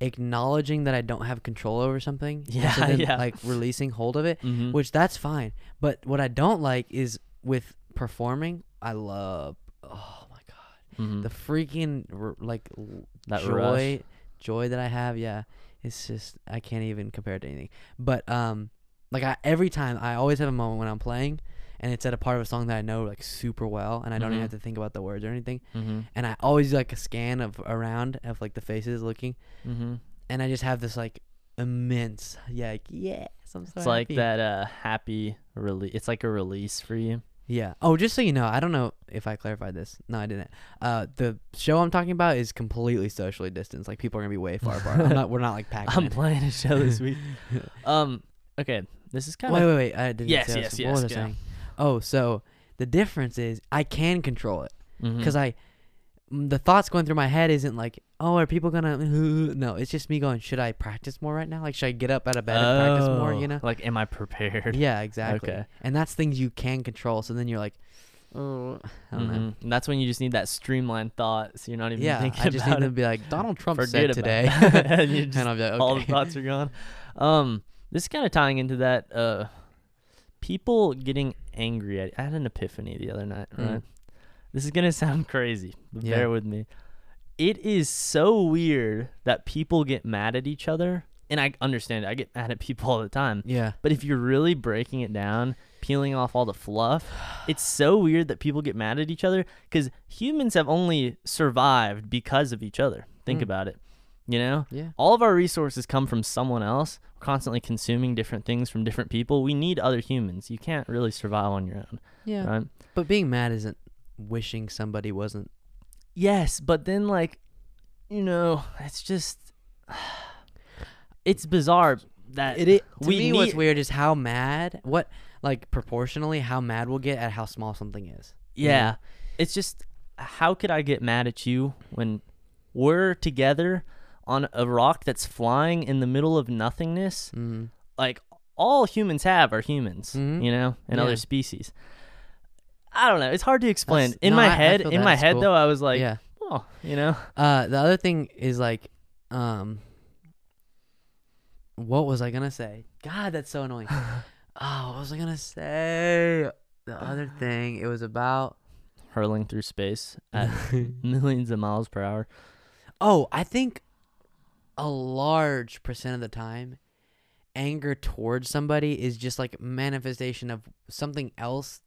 S1: acknowledging that I don't have control over something. and so
S3: Yeah,
S1: then,
S3: yeah.
S1: Like releasing hold of it,
S3: Mhm.
S1: which that's fine. But what I don't like is with performing, I love, oh my God,
S3: Mhm.
S1: the freaking r- like l-
S3: That
S1: joy, joy that I have. Yeah. It's just, I can't even compare it to anything. But, um, like I, every time I always have a moment when I'm playing and it's at a part of a song that I know like super well and I don't
S3: Mhm.
S1: even have to think about the words or anything
S3: Mhm.
S1: and I always do like a scan of around of like the faces looking,
S3: Mhm.
S1: and I just have this like immense, yeah, like, yes, I'm so
S3: It's like
S1: happy."
S3: that uh happy release. It's like a release for you.
S1: Yeah. Oh, just so you know, I don't know if I clarified this. No, I didn't. Uh, the show I'm talking about is completely socially distanced. Like people are gonna be way far apart. I'm not, we're not like packing.
S3: I'm
S1: in.
S3: playing a show this week. um. Okay. This is kind
S1: wait,
S3: of
S1: wait, wait. I didn't.
S3: Yes,
S1: say
S3: yes,
S1: this. What was
S3: yes,
S1: I
S3: yeah.
S1: saying? Oh, so the difference is I can control it
S3: Mm-hmm. Hmm.
S1: because I. mm, The thoughts going through my head isn't like, oh, are people gonna? No, it's just me going. Should I practice more right now? Like, should I get up out of bed and practice more? You know,
S3: Oh, Like, am I prepared?
S1: Yeah, exactly.
S3: Okay.
S1: And that's things you can control. So then you're like, oh, I don't know.
S3: Mhm. And that's when you just need that streamlined thought, so you're not even
S1: Yeah,
S3: thinking
S1: I just need
S3: about
S1: to
S3: it.
S1: be like Donald Trump
S3: Forget
S1: said
S3: about
S1: today,
S3: it. And you just-
S1: I'll be like,
S3: All the
S1: okay.
S3: thoughts are gone. Um, this is kind of tying into that. Uh, people getting angry. At, I had an epiphany the other night.
S1: Mm.
S3: Right. This is gonna sound crazy, but
S1: Yeah.
S3: bear with me. It is so weird that people get mad at each other, and I understand. It. I get mad at people all the time.
S1: Yeah,
S3: But if you're really breaking it down, peeling off all the fluff, it's so weird that people get mad at each other because humans have only survived because of each other. Think
S1: Mm.
S3: about it. You know?
S1: yeah,
S3: All of our resources come from someone else. We're constantly consuming different things from different people. We need other humans. You can't really survive on your own,
S1: yeah.
S3: right?
S1: But being mad isn't wishing somebody wasn't.
S3: Yes, but then, like, you know, it's just. It's bizarre that
S1: It, it to
S3: we
S1: me,
S3: need,
S1: what's weird is how mad, what like proportionally, how mad we'll get at how small something is. you know?
S3: Yeah. It's just how could I get mad at you when we're together on a rock that's flying in the middle of nothingness?
S1: Mhm.
S3: Like all humans have are humans,
S1: Mhm.
S3: you know, and
S1: Yeah.
S3: other species. I don't know. It's hard to explain.
S1: That's-
S3: in
S1: no,
S3: my
S1: I- I
S3: head,
S1: feel
S3: in
S1: that.
S3: my
S1: It's
S3: head
S1: cool.
S3: though, I was like,
S1: yeah.
S3: oh, you know.
S1: Uh, the other thing is like, um, what was I gonna say? God, that's so annoying. oh, what was I gonna say? The other thing, it was about.
S3: Hurling through space at millions of miles per hour.
S1: Oh, I think a large percent of the time, anger towards somebody is just like manifestation of something else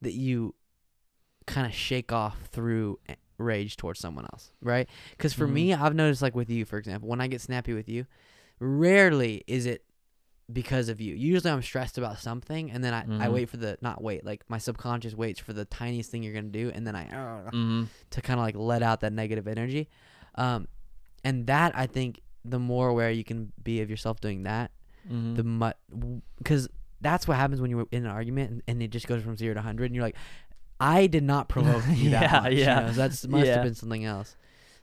S1: that you kind of shake off through a- rage towards someone else, right? Because for
S3: Mhm.
S1: me, I've noticed, like with you, for example, when I get snappy with you, rarely is it because of you. Usually I'm stressed about something and then I, I
S3: Mhm.
S1: wait for the, not wait, like my subconscious waits for the tiniest thing you're going to do and then I,
S3: hmm
S1: to kind of like let out that negative energy. Um, and that I think the more aware you can be of yourself doing that,
S3: hmm
S1: the much because that's what happens when you're in an argument and, and it just goes from zero to hundred, and you're like, I did not provoke you that
S3: Yeah,
S1: much.
S3: yeah,
S1: you know, that's must
S3: yeah.
S1: have been something else.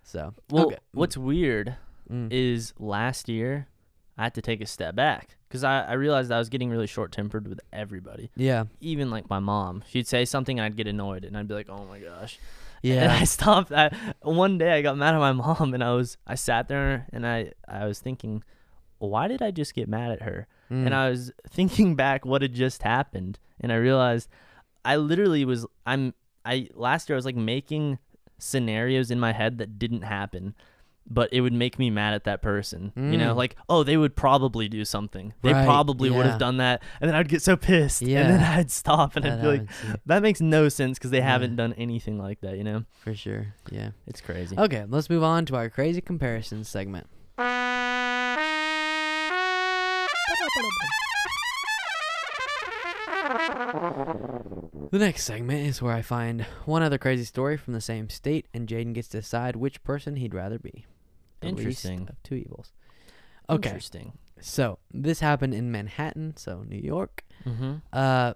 S1: So
S3: well,
S1: okay.
S3: what's weird
S1: Mm.
S3: is last year I had to take a step back because I, I realized I was getting really short tempered with everybody,
S1: yeah,
S3: even like my mom. She'd say something and I'd get annoyed and I'd be like, oh my gosh. And
S1: yeah,
S3: I stopped. I, one day I got mad at my mom and I was, I sat there and I, I was thinking, why did I just get mad at her?
S1: Mm.
S3: And I was thinking back what had just happened, and I realized I literally was I'm I last year I was like making scenarios in my head that didn't happen, but it would make me mad at that person. You know,
S1: Mm.
S3: like oh they would probably do something. They
S1: Right,
S3: probably would
S1: yeah.
S3: have done that, and then I'd get so pissed, and then
S1: Yeah.
S3: I'd stop and
S1: That
S3: I'd be like,
S1: happens, yeah,
S3: that makes no sense because they
S1: Yeah.
S3: haven't done anything like that. You know,
S1: for sure. Yeah.
S3: it's crazy.
S1: Okay, let's move on to our crazy comparison segment. The next segment is where I find one other crazy story from the same state, and Jaden gets to decide which person he'd rather be. The least
S3: Interesting.
S1: of two evils. Okay,
S3: Interesting.
S1: so this happened in Manhattan, so New York.
S3: Mm-hmm.
S1: Uh,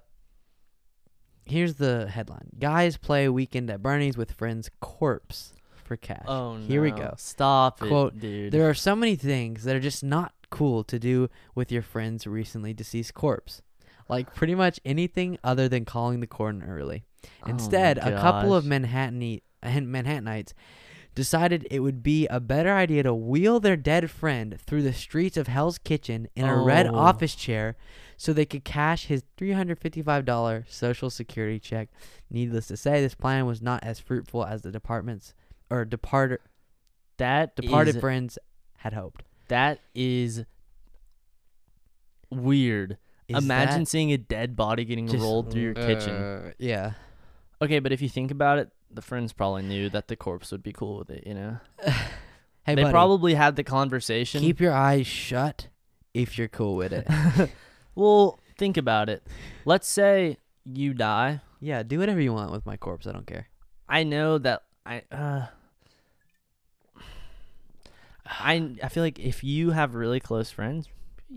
S1: here's the headline: Guys play weekend at Bernie's with friends. Corpse for cash.
S3: Oh no.
S1: Here we go.
S3: Stop
S1: Quote,
S3: it, dude.
S1: There are so many things that are just not cool to do with your friend's recently deceased corpse. Like pretty much anything other than calling the coroner early.
S3: Oh my
S1: Instead, a couple of
S3: gosh.
S1: Manhattan Manhattanites decided it would be a better idea to wheel their dead friend through the streets of Hell's Kitchen in a red
S3: Oh.
S1: office chair so they could cash his $355 social security check. Needless to say, this plan was not as fruitful as the department's or departed
S3: that
S1: departed
S3: is-
S1: friends had hoped.
S3: that is weird.
S1: Is
S3: Imagine
S1: that
S3: seeing a dead body getting
S1: just-
S3: rolled through your kitchen.
S1: Uh, Yeah.
S3: Okay, but if you think about it, the friends probably knew that the corpse would be cool with it. You know,
S1: Hey,
S3: they
S1: buddy,
S3: probably had the conversation.
S1: keep your eyes shut if you're cool with it.
S3: well, think about it. Let's say you die.
S1: yeah, do whatever you want with my corpse. I don't care.
S3: I know that I uh I I feel like if you have really close friends,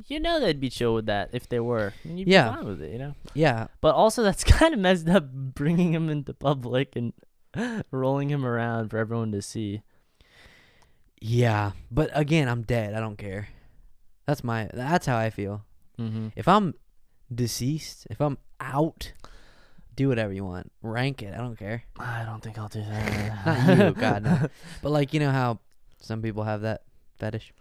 S3: you know they'd be chill with that if they were. And you'd
S1: Yeah.
S3: be fine with it, you know.
S1: Yeah,
S3: But also that's kind of messed up bringing him into public and rolling him around for everyone to see.
S1: yeah. But again, I'm dead. I don't care. That's my. That's how I feel.
S3: Mm-hmm.
S1: If I'm deceased, if I'm out, do whatever you want. Rank it. I don't care.
S3: I don't think I'll do that.
S1: Not you, God, no. But like you know how some people have that fetish.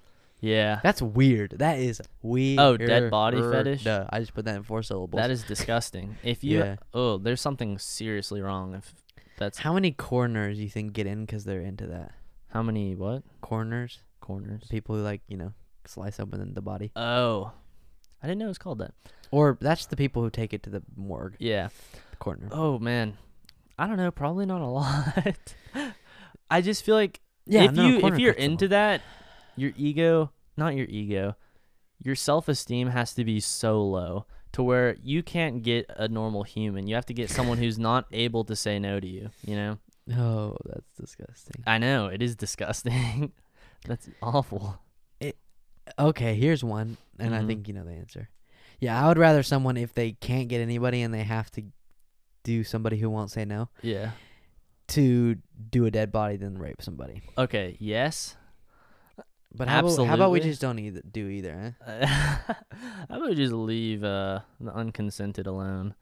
S3: Yeah.
S1: That's weird. That is weird.
S3: Oh, dead body fetish?
S1: Duh, I just put that in four syllables.
S3: That is disgusting. If you
S1: Yeah.
S3: oh, there's something seriously wrong if that's
S1: How many corners do you think get in because they're into that?
S3: how many what?
S1: Corners?
S3: Corners.
S1: People who like, you know, slice open the body.
S3: Oh. I didn't know it was called that.
S1: Or that's the people who take it to the morgue,
S3: Yeah.
S1: the corner.
S3: Oh man. I don't know, probably not a lot. I just feel like if
S1: no,
S3: you
S1: corner
S3: if you're
S1: cuts them
S3: into
S1: off.
S3: that, your ego, not your ego, your self-esteem has to be so low to where you can't get a normal human. You have to get someone who's not able to say no to you, you know?
S1: Oh, that's disgusting.
S3: I know, it is disgusting. That's awful.
S1: Okay, here's one, and I
S3: Mhm.
S1: think you know the answer. Yeah, I would rather someone if they can't get anybody and they have to do somebody who won't say no
S3: Yeah.
S1: to do a dead body than rape somebody.
S3: Okay, yes.
S1: But how about, how about we
S3: Absolutely.
S1: just don't either, do either? Huh?
S3: I would just leave uh, the unconsented alone.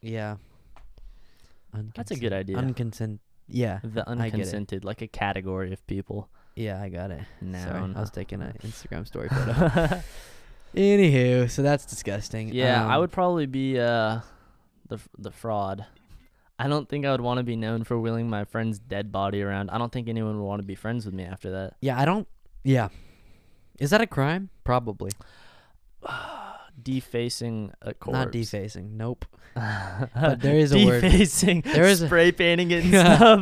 S1: Yeah.
S3: That's a
S1: Unconsent-
S3: good idea.
S1: Unconsent. Yeah,
S3: The
S1: I get it.
S3: unconsented, like a category of people.
S1: yeah, I got it. Sorry,
S3: Noun.
S1: I was taking an Instagram story photo. Anywho, so that's disgusting.
S3: yeah, I
S1: Um,
S3: would probably be uh, the f- the fraud. I don't think I would want to be known for wheeling my friend's dead body around. I don't think anyone would want to be friends with me after that.
S1: Yeah, I don't. Yeah, is that a crime? Probably
S3: Defacing a corpse.
S1: not defacing. Nope. But there is a word.
S3: defacing.
S1: There is a-
S3: spray painting it and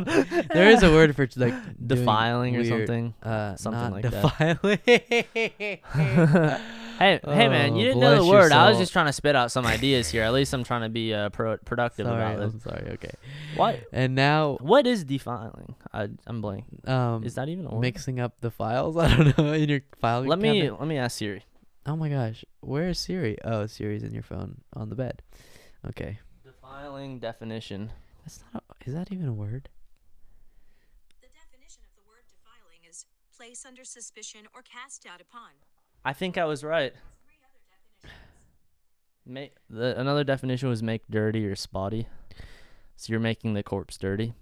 S3: stuff.
S1: There is a word for like doing
S3: defiling or
S1: weird-
S3: something.
S1: Uh,
S3: Something
S1: not
S3: like
S1: defiling.
S3: Hey, hey, man!
S1: Oh,
S3: You didn't know the
S1: bless your
S3: word. I was
S1: soul.
S3: just trying to spit out some ideas here. At least I'm trying to be uh, pro- productive
S1: sorry,
S3: about this.
S1: I'm sorry. Okay.
S3: What?
S1: And now,
S3: What is defiling? I, I'm blank.
S1: um,
S3: Is that even a word?
S1: mixing up the files. I don't know in your file.
S3: let me
S1: cabinet.
S3: let me ask Siri.
S1: Oh my gosh, where is Siri? Oh, Siri's in your phone on the bed. Okay.
S3: Defiling definition.
S1: That's not. A, is that even a word?
S4: The definition of the word defiling is place under suspicion or cast doubt upon.
S3: I think I was right. Make the, another definition was make dirty or spotty. So you're making the corpse dirty.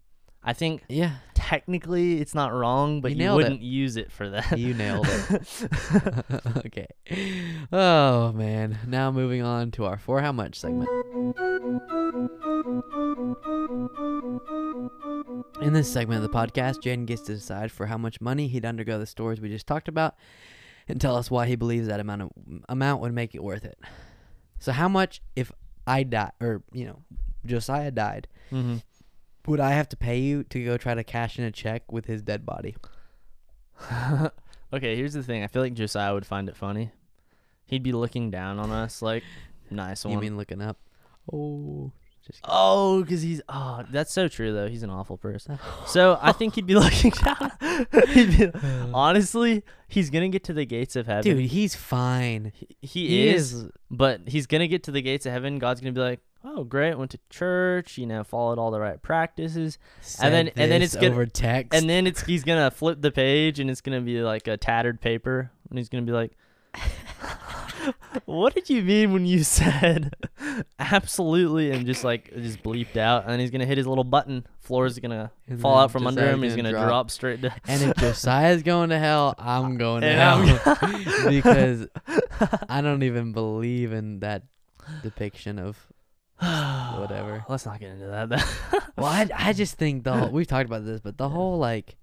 S3: I think
S1: Yeah.
S3: technically it's not wrong, but
S1: You
S3: you,
S1: nailed it.
S3: wouldn't use it for that.
S1: You nailed okay. Oh man. Now moving on to our for how much segment. In this segment of the podcast, Jaden gets to decide for how much money he'd undergo the stores we just talked about, and tell us why he believes that amount of, amount would make it worth it. So, how much if I die, or you know, Josiah died,
S3: mm-hmm.
S1: would I have to pay you to go try to cash in a check with his dead body?
S3: okay, here's the thing. I feel like Josiah would find it funny. He'd be looking down on us like, nice one.
S1: You mean looking up? Oh, just
S3: oh, because he's oh, that's so true though. He's an awful person. So I think he'd be looking down. he'd be, honestly, he's gonna get to the gates of heaven.
S1: Uh. dude, he's fine.
S3: he, he
S1: he
S3: is,
S1: is-
S3: but he's gonna get to the gates of heaven. God's gonna be like, oh, great, went to church. You know, followed all the right practices.
S1: Said
S3: then- and then
S1: this
S3: it's gonna-
S1: over text.
S3: And then it's he's gonna flip the page and it's gonna be like a tattered paper and he's gonna be like What did you mean when you said absolutely and just like just bleeped out and then he's gonna hit his little button, floor is gonna
S1: And
S3: fall out
S1: then
S3: from
S1: just
S3: under
S1: how
S3: him, he's gonna drop, straight down.
S1: And if Josiah's going to hell, I'm going to
S3: And
S1: hell because I don't even believe in that depiction of whatever.
S3: Let's not get into that though.
S1: Well, I, I just think the whole, we've talked about this, but the whole like,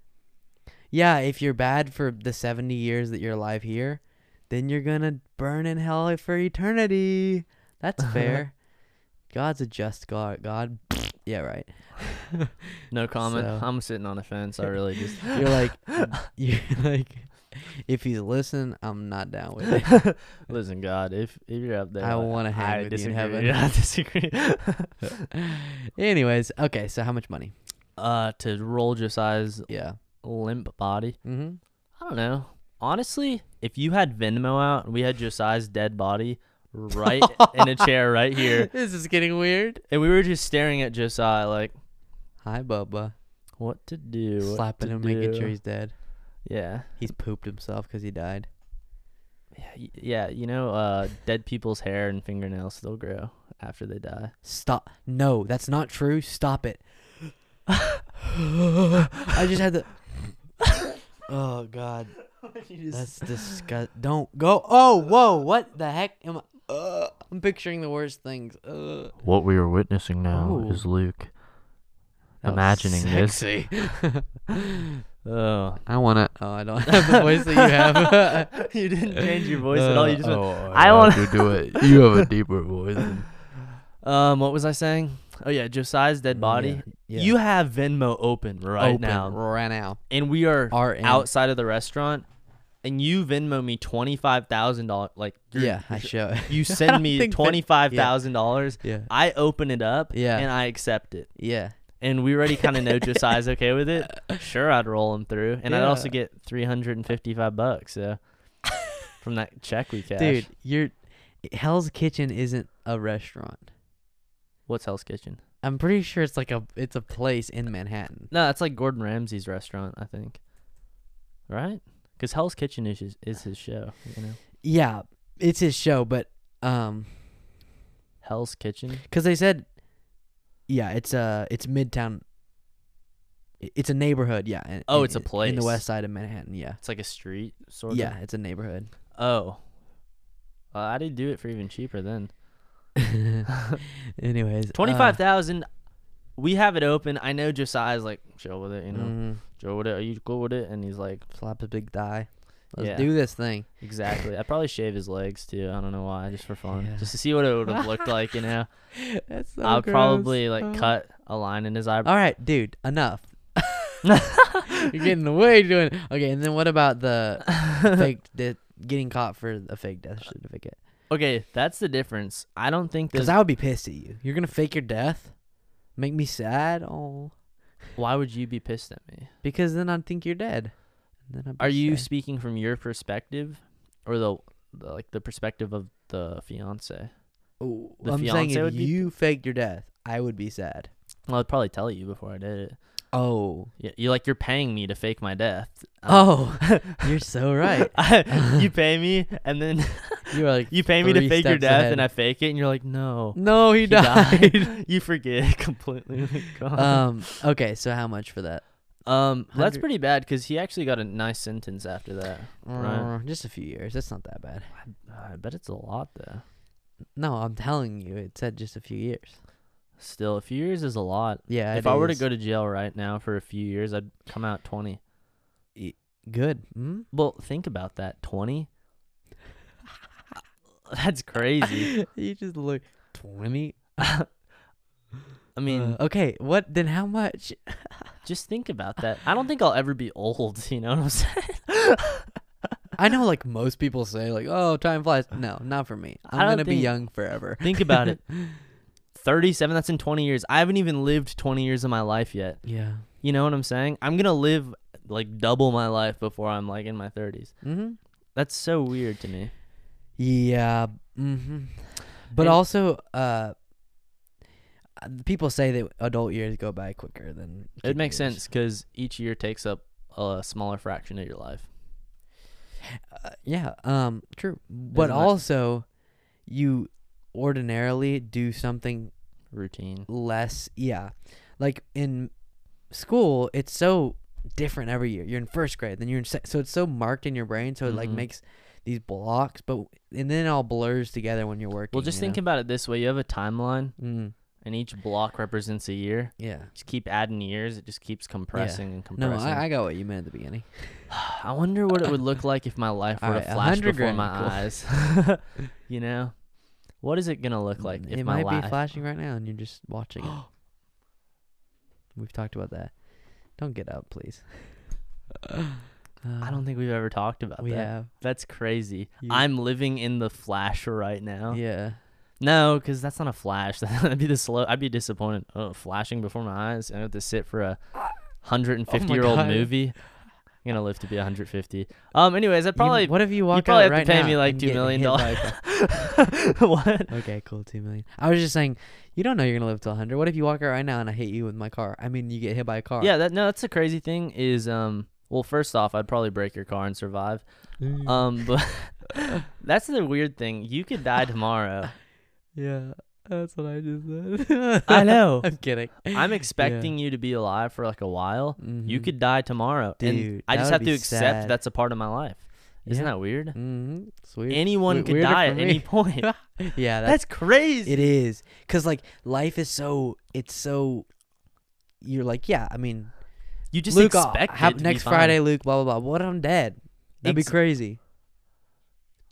S1: yeah, if you're bad for the 70 years that you're alive here, then you're gonna burn in hell for eternity. That's fair. God's a just God. God, yeah, right.
S3: No comment.
S1: So-
S3: I'm sitting on a fence. I really just
S1: You're like, you're like, if he's listening, I'm not down with it.
S3: Listen, God, if if you're up there,
S1: I wanna hang
S3: I
S1: with you in
S3: disagree.
S1: heaven.
S3: Yeah, I disagree.
S1: Anyways, okay. So how much money?
S3: uh, to roll Josiah's
S1: Yeah.
S3: limp body.
S1: Mm-hmm.
S3: I don't know. Honestly, if you had Venmo out and we had Josiah's dead body right in a chair right here,
S1: This is getting weird.
S3: and we were just staring at Josiah like,
S1: Hi, Bubba.
S3: what to do? what
S1: Slapping
S3: to
S1: him, making sure
S3: do.
S1: he's dead.
S3: yeah,
S1: He's pooped himself because he died.
S3: yeah, y- yeah. You know, uh, dead people's hair and fingernails still grow after they die.
S1: Stop. No, that's not true. Stop it. I just had to. oh God, that's disgust. Don't go. Oh, whoa! What the heck am I? Uh, I'm picturing the worst things. Uh,
S5: What we are witnessing now
S1: Ooh.
S5: is Luke
S1: that was
S5: imagining this.
S1: sexy.
S3: Oh,
S5: I want to.
S1: oh, I don't have the voice that you have.
S3: you didn't change your voice at all. You just went,
S5: I
S3: wanna-
S5: want to do it. Oh, You have a deeper voice. than-
S3: um, what was I saying? Oh yeah, Josiah's dead body.
S1: yeah.
S3: You have Venmo open right
S1: Open
S3: now.
S1: right now.
S3: and we are
S1: Are in.
S3: outside of the restaurant, and you Venmo me twenty five thousand dollars. Like you're-
S1: Yeah, I show. it.
S3: you
S1: I
S3: send
S1: don't
S3: me
S1: think that-
S3: twenty five thousand dollars.
S1: Yeah.
S3: I open it up.
S1: Yeah.
S3: and I accept it.
S1: Yeah.
S3: And we already kind of know Josiah's okay with it. Sure, I'd roll him through, and I'd also
S1: Yeah.
S3: get three hundred and fifty five bucks. So from that check we cashed.
S1: Dude, you're Hell's Kitchen isn't a restaurant.
S3: what's Hell's Kitchen?
S1: I'm pretty sure it's like a it's a place in Manhattan.
S3: No, that's like Gordon Ramsay's restaurant, I think. Right? Because Hell's Kitchen is his, is his show. You know,
S1: Yeah, it's his show, but um,
S3: Hell's Kitchen.
S1: because they said, yeah, it's uh, it's Midtown. i- It's a neighborhood, yeah. in-
S3: Oh,
S1: in-
S3: it's a
S1: in
S3: place.
S1: the west side of Manhattan. Yeah,
S3: It's like a street sort of.
S1: yeah, it's a neighborhood.
S3: Oh. Well, I did do it for even cheaper then.
S1: Uh. Anyways, uh,
S3: Twenty five thousand. We have it open. I know Josiah's like chill with it, you know.
S1: mhm,
S3: Chill with it. Are you cool with it? And he's like,
S1: slap a big thigh. Let's
S3: Yeah.
S1: do this thing.
S3: exactly. I probably shave his legs too. I don't know why, just for fun,
S1: Yeah.
S3: just to see what it would have looked like, you know.
S1: That's so
S3: I'll
S1: gross.
S3: probably like
S1: Oh.
S3: cut a line in his eyebrow.
S1: All right, dude, enough. You're getting way doing okay. And then what about the fake de- getting caught for a fake death certificate?
S3: Okay, that's the difference. I don't think
S1: Because
S3: this.
S1: I would be pissed at you. You're gonna fake your death, make me sad. Oh,
S3: why would you be pissed at me?
S1: because then I'd think you're dead. And then I'd be
S3: Are you
S1: sad.
S3: speaking from your perspective, or the, the like the perspective of the fiance?
S1: Oh,
S3: the
S1: I'm saying
S3: fiancé
S1: if
S3: would be-
S1: you faked your death, I would be sad.
S3: Well, I'd probably tell you before I did it.
S1: Oh,
S3: Yeah, you like you're paying me to fake my death. Um,
S1: oh, you're so right.
S3: you pay me, and then
S1: You were like,
S3: you pay me to
S1: Three
S3: fake your
S1: steps
S3: death,
S1: ahead.
S3: and I fake it, and you're like, no,
S1: no, he,
S3: he
S1: died.
S3: died. you forget completely. Oh my God.
S1: um. Okay, so how much for that?
S3: Um, that's
S1: Hundred-
S3: pretty bad because he actually got a nice sentence after that. Right.
S1: Uh, just a few years. That's not that bad.
S3: I bet it's a lot though.
S1: No, I'm telling you, it said just a few years.
S3: Still, a few years is a lot.
S1: Yeah.
S3: if
S1: it
S3: I were to
S1: is.
S3: go to jail right now for a few years, I'd come out twenty.
S1: good. Hmm?
S3: Well, think about that. Twenty. That's crazy.
S1: you just look twenty.
S3: I mean,
S1: okay, what? Then how much?
S3: just think about that. I don't think I'll ever be old. You know what I'm saying?
S1: I know, like most people say, like, "Oh, time flies." No, not for me.
S3: I
S1: I'm
S3: don't
S1: gonna be
S3: think-
S1: young forever.
S3: Think about it. Thirty-seven. That's in twenty years. I haven't even lived twenty years of my life yet.
S1: Yeah.
S3: You know what I'm saying? I'm gonna live like double my life before I'm like in my 30s.
S1: Mm-hmm.
S3: That's so weird to me.
S1: Yeah. Mm-hmm. But
S3: And-
S1: also, uh, uh, people say that adult years go by quicker than
S3: It
S1: kid
S3: makes
S1: years.
S3: sense because each year takes up a smaller fraction of your life.
S1: Uh, yeah. Um. True. But
S3: Isn't that-
S1: also, you ordinarily do something
S3: Routine.
S1: less yeah like in school it's so different every year you're in first grade then you're in sec- so it's so marked in your brain so it like
S3: Mhm.
S1: makes these blocks but and then it all blurs together when you're working
S3: Well, just think about it this way: you have a timeline,
S1: mm,
S3: and each block represents a year.
S1: yeah
S3: Just keep adding years; it just keeps compressing and
S1: no
S3: compressing.
S1: I, I got what you meant at the beginning
S3: I wonder what it would look like if my life were to
S1: Alright, a
S3: flash
S1: hundred
S3: before
S1: grand
S3: my
S1: would
S3: eyes. you know, what is it gonna look like
S1: Mm,
S3: if
S1: it
S3: my
S1: might
S3: life?
S1: be flashing right now and you're just watching it we've talked about that don't get up please Uh,
S3: I don't think we've ever talked about
S1: we
S3: that.
S1: have
S3: That's crazy.
S1: You-
S3: I'm living in the flash right now.
S1: yeah
S3: No, because that's not a flash. That'd be the slow. I'd be disappointed. Oh, flashing before my eyes. I have to sit for a hundred and fifty year old
S1: Oh God.
S3: movie. I'm gonna live to be 150. Um. Anyways, I
S1: You-
S3: probably
S1: what if you walk
S3: probably
S1: out
S3: have to
S1: right
S3: pay
S1: now
S3: me, like,
S1: and
S3: two
S1: get
S3: million
S1: hit by a
S3: dollars.
S1: car?
S3: what?
S1: Okay, cool. Two million. I was just saying, you don't know you're gonna live to 100. What if you walk out right now and I hit you with my car? I mean, you get hit by a car.
S3: Yeah. That no. That's the crazy thing is um. Well, first off, I'd probably break your car and survive.
S1: Mm.
S3: Um. But that's the weird thing. You could die tomorrow.
S1: yeah, that's what I just said.
S3: I know.
S1: I'm kidding.
S3: I'm expecting you to be alive for like a while. You
S1: Mhm.
S3: could die tomorrow, and
S1: Dude,
S3: I
S1: that
S3: just
S1: would
S3: have
S1: be
S3: to accept
S1: sad.
S3: that's a part of my life. Isn't
S1: Yeah.
S3: that weird?
S1: Mhm. Sweet.
S3: Anyone
S1: Wait,
S3: could
S1: weirder
S3: die
S1: for
S3: at
S1: me.
S3: any point.
S1: yeah, that's,
S3: That's crazy.
S1: it is. Cause like life is so it's so. You're like yeah. I mean,
S3: You just
S1: Luke. I'll-
S3: expect
S1: hap-
S3: it to be
S1: next
S3: fine.
S1: Friday, Luke. Blah blah blah. What if I'm dead? That'd be
S3: Ex-
S1: crazy.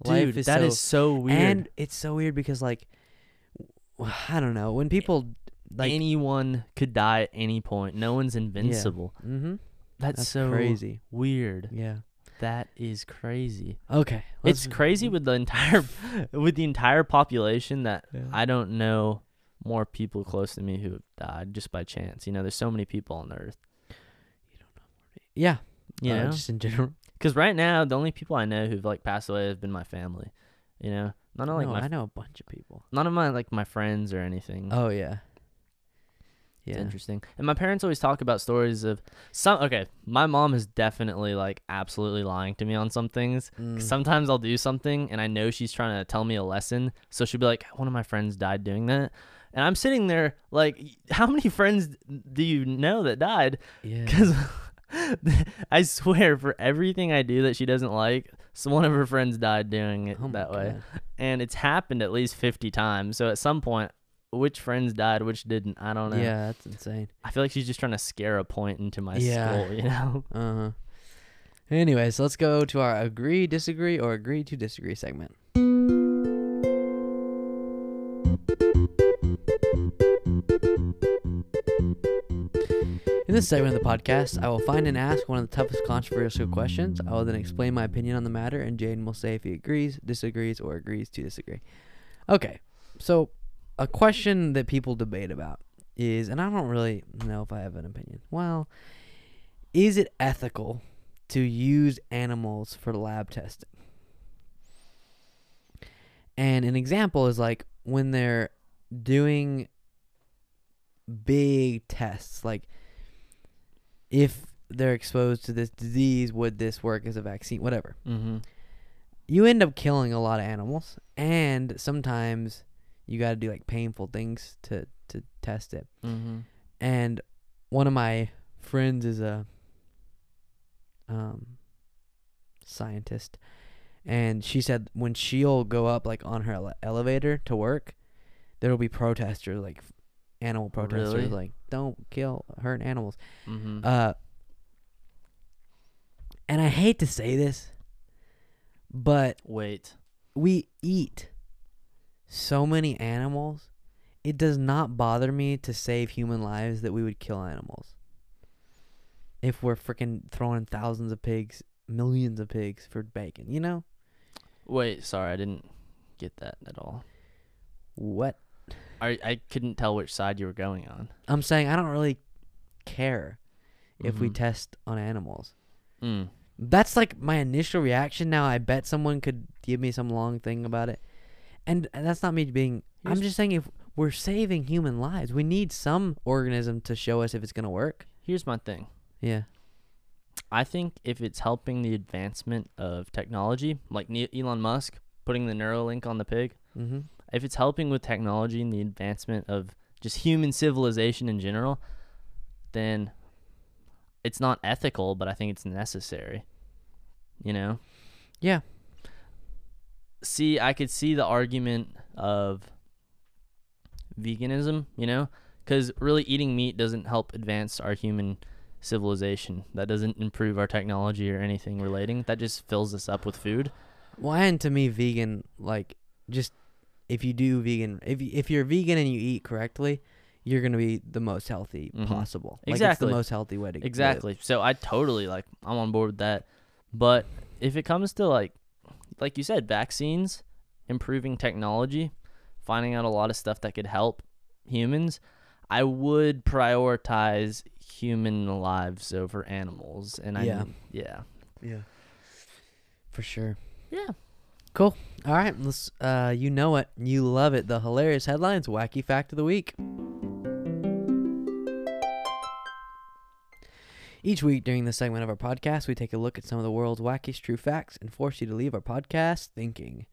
S3: Dude, that is so, weird.
S1: And it's so weird because like w- I don't know when people like
S3: Anyone could die at any point. No one's invincible.
S1: mm-hmm,
S3: That's,
S1: that's
S3: so
S1: crazy.
S3: weird.
S1: Yeah.
S3: That is crazy.
S1: Okay.
S3: it's crazy with the entire with the entire population that
S1: Yeah.
S3: I don't know more people close to me who have died just by chance. You know, there's so many people on earth.
S1: yeah.
S3: You
S1: uh,
S3: know?
S1: just in general.
S3: Because right now, the only people I know who've like passed away have been my family. You know, none of like
S1: no,
S3: my
S1: I know a bunch of people.
S3: none of my like my friends or anything.
S1: Oh yeah.
S3: It's
S1: Yeah.
S3: interesting. And my parents always talk about stories of some. Okay, my mom is definitely like absolutely lying to me on some things. 'Cause
S1: Mm.
S3: Sometimes I'll do something and I know she's trying to tell me a lesson, so she'll be like, "One of my friends died doing that," and I'm sitting there like, "How many friends do you know that died?"
S1: yeah.
S3: Because I swear, for everything I do that she doesn't like, so one of her friends died doing it
S1: Oh my
S3: that way.
S1: God.
S3: And it's happened at least 50 times. So at some point, which friends died, which didn't, I don't know.
S1: Yeah, that's insane.
S3: I feel like she's just trying to scare a point into my
S1: Yeah.
S3: skull, you know?
S1: Uh huh. Anyways, let's go to our agree, disagree, or agree to disagree segment. In this segment of the podcast, I will find and ask one of the toughest controversial questions. I will then explain my opinion on the matter, and Jaden will say if he agrees, disagrees, or agrees to disagree. Okay, so a question that people debate about is, and I don't really know if I have an opinion. Well, is it ethical to use animals for lab testing? And an example is like when they're doing big tests, like if they're exposed to this disease, would this work as a vaccine? Whatever.
S3: Mm-hmm.
S1: You end up killing a lot of animals, and sometimes you got to do like painful things to to test it
S3: Mm-hmm.
S1: and one of my friends is a um, scientist, and she said when she'll go up like on her ele- elevator to work, there will be protesters like f- animal protesters
S3: Really?
S1: like don't kill hurt animals.
S3: Mm-hmm.
S1: Uh, and I hate to say this, but
S3: Wait.
S1: we eat so many animals. It does not bother me to save human lives that we would kill animals. If we're freaking throwing thousands of pigs, millions of pigs for bacon, you know?
S3: Wait. Sorry, I didn't get that at all.
S1: What?
S3: I I couldn't tell which side you were going on.
S1: I'm saying I don't really care if we
S3: Mhm.
S1: test on animals.
S3: Mm.
S1: That's like my initial reaction now. I bet someone could give me some long thing about it. And uh, that's not me being I'm
S3: Here's-
S1: just saying if we're saving human lives, we need some organism to show us if it's going to work.
S3: Here's my thing.
S1: Yeah.
S3: I think if it's helping the advancement of technology, like Ne- Elon Musk putting the Neuralink on the pig,
S1: Mhm.
S3: if it's helping with technology and the advancement of just human civilization in general, then it's not ethical, but I think it's necessary. You know?
S1: Yeah.
S3: See, I could see the argument of veganism, you know? Because really eating meat doesn't help advance our human civilization. That doesn't improve our technology or anything relating. That just fills us up with food.
S1: Well, and to me vegan like just if you do vegan if you, if you're vegan and you eat correctly, you're going to be the most healthy
S3: Mhm.
S1: possible. Like it's the
S3: Exactly.
S1: most healthy way to live.
S3: Exactly. So I totally like I'm on board with that. But if it comes to like like you said, vaccines, improving technology, finding out a lot of stuff that could help humans, I would prioritize human lives over animals. And I
S1: Yeah.
S3: yeah.
S1: Yeah. For sure.
S3: Yeah.
S1: All right, let's. Uh, you know it, you love it. The hilarious headlines, wacky fact of the week. Each week during this segment of our podcast, we take a look at some of the world's wackiest true facts and force you to leave our podcast thinking.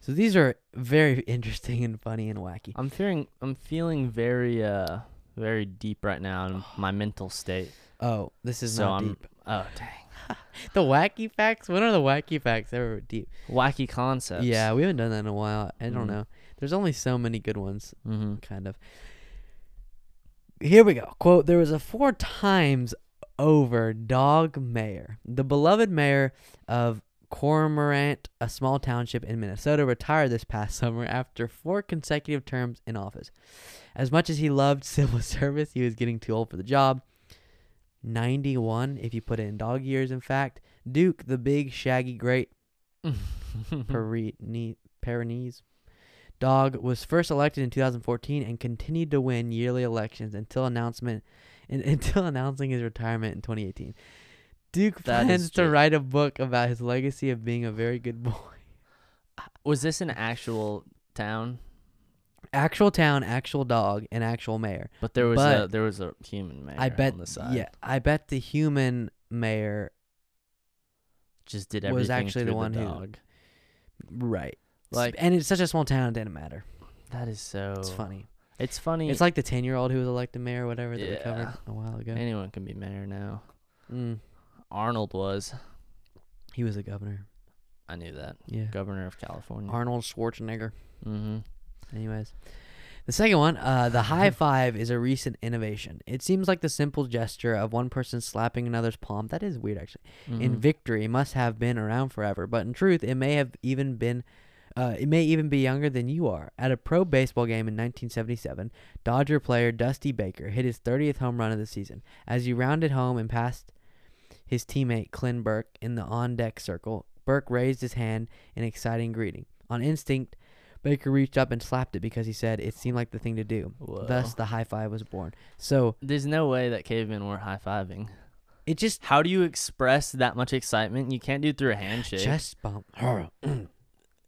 S1: So these are very interesting and funny and wacky.
S3: I'm fearing I'm feeling very uh very deep right now in my mental state.
S1: Oh, this is
S3: so
S1: not
S3: I'm
S1: deep.
S3: oh dang.
S1: The wacky facts. When are the wacky facts ever deep?
S3: Wacky concepts.
S1: Yeah, we haven't done that in a while. I don't
S3: Mhm.
S1: know. There's only so many good ones.
S3: Mm-hmm.
S1: kind of. Here we go. Quote There was a four times over dog mayor. The beloved mayor of Cormorant, a small township in Minnesota, retired this past summer after four consecutive terms in office. As much as he loved civil service, he was getting too old for the job. 91, if you put it in dog years, in fact. Duke, the big, shaggy, great
S3: Mm-hmm.
S1: Perine- Pyrenees. Dog was first elected in 2014 and continued to win yearly elections until announcement and, until announcing his retirement in 2018. Duke
S3: That is
S1: plans to
S3: true.
S1: write a book about his legacy of being a very good boy.
S3: Was this an actual town?
S1: Actual town, actual dog, and actual mayor.
S3: But there was a
S1: But-
S3: there was a human mayor
S1: I bet
S3: on the side.
S1: yeah, I bet the human mayor
S3: just did everything.
S1: was actually the
S3: through
S1: one who-
S3: dog.
S1: right. Like
S3: Like- Oh.
S1: and it's such a small town it didn't matter.
S3: That is so.
S1: It's funny.
S3: It's funny.
S1: It's like the 10-year-old who was elected mayor or whatever that we covered
S3: Yeah.
S1: a while ago.
S3: anyone can be mayor now.
S1: Mm,
S3: Arnold was.
S1: he was a governor.
S3: I knew that.
S1: Yeah.
S3: Governor of California.
S1: Arnold Schwarzenegger.
S3: mm-hmm.
S1: Anyways, the second one, uh, the high five is a recent innovation. It seems like the simple gesture of one person slapping another's palm. That is weird, actually.
S3: Mm-hmm.
S1: In victory, must have been around forever, but in truth, it may have even been. Uh, it may even be younger than you are. At a pro baseball game in 1977, Dodger player Dusty Baker hit his 30th home run of the season as he rounded home and passed his teammate Clint Burke in the on deck circle. Burke raised his hand in exciting greeting. On instinct, Baker reached up and slapped it because he said it seemed like the thing to do. Thus, the high five was born. So
S3: There's no way that cavemen were high fiving.
S1: it just
S3: How do you express that much excitement? You can't do it through a handshake.
S1: chest bump.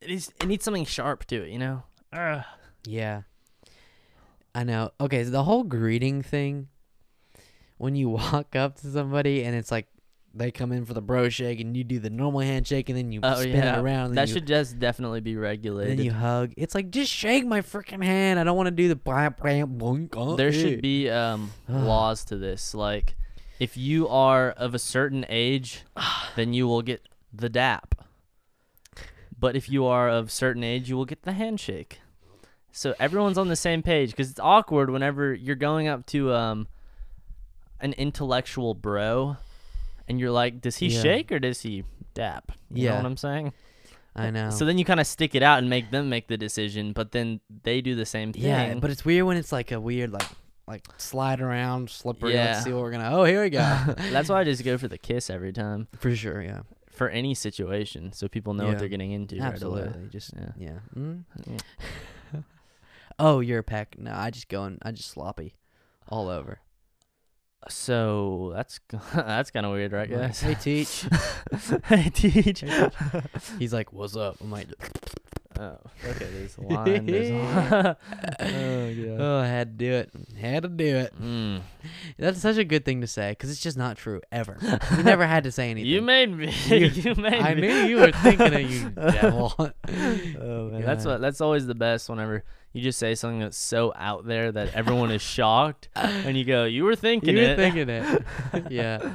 S3: It, is, it needs something sharp to it, you know. Ugh.
S1: yeah, I know. Okay, so the whole greeting thing. When you walk up to somebody and it's like they come in for the bro shake and you do the normal handshake and then you
S3: Oh
S1: spin
S3: yeah.
S1: it around. and
S3: that
S1: you-
S3: should just definitely be
S1: And
S3: regulated.
S1: then you hug. It's like just shake my freaking hand. I don't want to do the blah, blah, boink, oh,
S3: there
S1: eh.
S3: should be um, laws to this, like if you are of a certain age, then you will get the dap. But if you are of certain age, you will get the handshake. So everyone's on the same page because it's awkward whenever you're going up to um an intellectual bro and you're like, does he
S1: Yeah.
S3: shake or does he dap? You know
S1: Yeah.
S3: what I'm saying?
S1: I know.
S3: So then you kind of stick it out and make them make the decision, but then they do the same thing.
S1: yeah, but it's weird when it's like a weird like like slide around slippery.
S3: Yeah.
S1: Let's see what we're gonna. Oh, here we go.
S3: that's why I just go for the kiss every time
S1: For sure. Yeah.
S3: for any situation, so people know what
S1: Yeah.
S3: they're getting into right away.
S1: Absolutely. Just
S3: Yeah.
S1: yeah. Mm.
S3: Yeah. Mm-hmm.
S1: oh, you're a peck. No, I just go and I just sloppy, all over.
S3: So that's that's kind of weird, right,
S1: I'm like,
S3: guys?
S1: hey, teach.
S3: hey, teach.
S1: Hey, He's like, "What's up?" I'm like,
S3: oh, okay. There's a line. There's a line. oh yeah.
S1: "Oh, I had to do it. Had to do it."
S3: Mm.
S1: That's such a good thing to say because it's just not true ever. We never had to say anything.
S3: You made me.
S1: You-
S3: You, made
S1: I
S3: me.
S1: knew you were thinking of you, devil.
S3: Oh man, that's
S1: God.
S3: what. That's always the best. Whenever you just say something that's so out there that everyone is shocked, and you go, "You were thinking
S1: you were
S3: it."
S1: thinking it. yeah.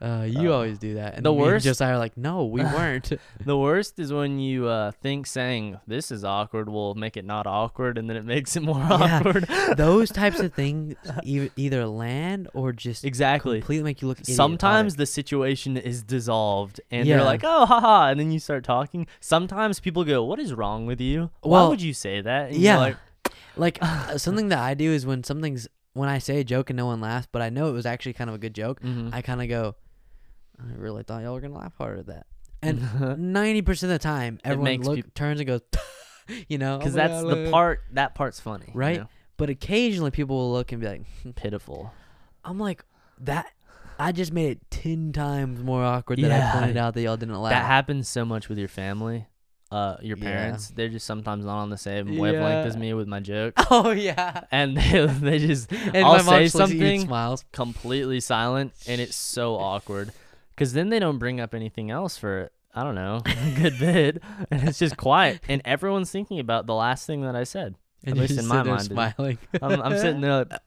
S1: Uh, you always do that. And
S3: the
S1: then me and
S3: worst-
S1: Josiah are like, no, we weren't.
S3: The worst is when you uh, think saying this is awkward will make it not awkward, and then it makes it more
S1: Yeah.
S3: awkward.
S1: Those types of things e- either land or just
S3: exactly.
S1: completely make you look idiotic.
S3: Sometimes the situation is dissolved, and you
S1: Yeah.
S3: they're like, "Oh, haha," and then you start talking. Sometimes people go, "What is wrong with you? Why
S1: Well,
S3: would you say that?" And
S1: yeah.
S3: You're like,
S1: Like uh, something that I do is when something's when I say a joke and no one laughs, but I know it was actually kind of a good joke.
S3: Mhm.
S1: I kind of go, I really thought y'all were gonna laugh harder at that. And ninety percent of the time, everyone
S3: makes
S1: look,
S3: peop-
S1: turns and goes, you know,
S3: because
S1: "Oh my
S3: that's
S1: God,
S3: the
S1: look."
S3: part. That part's funny, you
S1: right?
S3: know?
S1: But occasionally, people will look and be like,
S3: Pitiful.
S1: I'm like that. I just made it ten times more awkward that
S3: Yeah.
S1: I pointed out that y'all didn't laugh.
S3: That happens so much with your family, uh, your
S1: Yeah.
S3: parents. They're just sometimes not on the same wavelength
S1: Yeah.
S3: as me with my joke,
S1: oh yeah.
S3: and they, they just
S1: And
S3: I'll
S1: my mom
S3: say
S1: just looks at you and
S3: something
S1: smiles.
S3: completely silent, and it's so awkward because then they don't bring up anything else for I don't know a good bit, and it's just quiet, and everyone's thinking about the last thing that I said.
S1: And
S3: least
S1: just
S3: in my
S1: sit there
S3: mind,
S1: smiling.
S3: it- I'm, I'm sitting there like,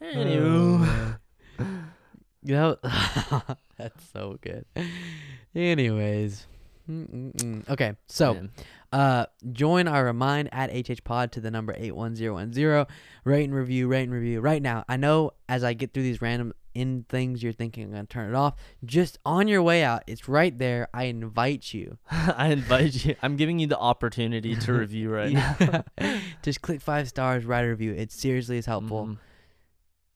S3: anywho.
S1: You know, that's so good. Anyways, Mm-mm-mm. okay, so.
S3: Man.
S1: Uh, join our remind at HH Pod to the number 81010. Rate and review, rate and review right now. I know as I get through these random in things, you're thinking I'm going to turn it off. Just on your way out, it's right there. I invite you.
S3: I invite you. I'm giving you the opportunity to review right now.
S1: Just click five stars, write a review. It seriously is helpful
S3: Mhm.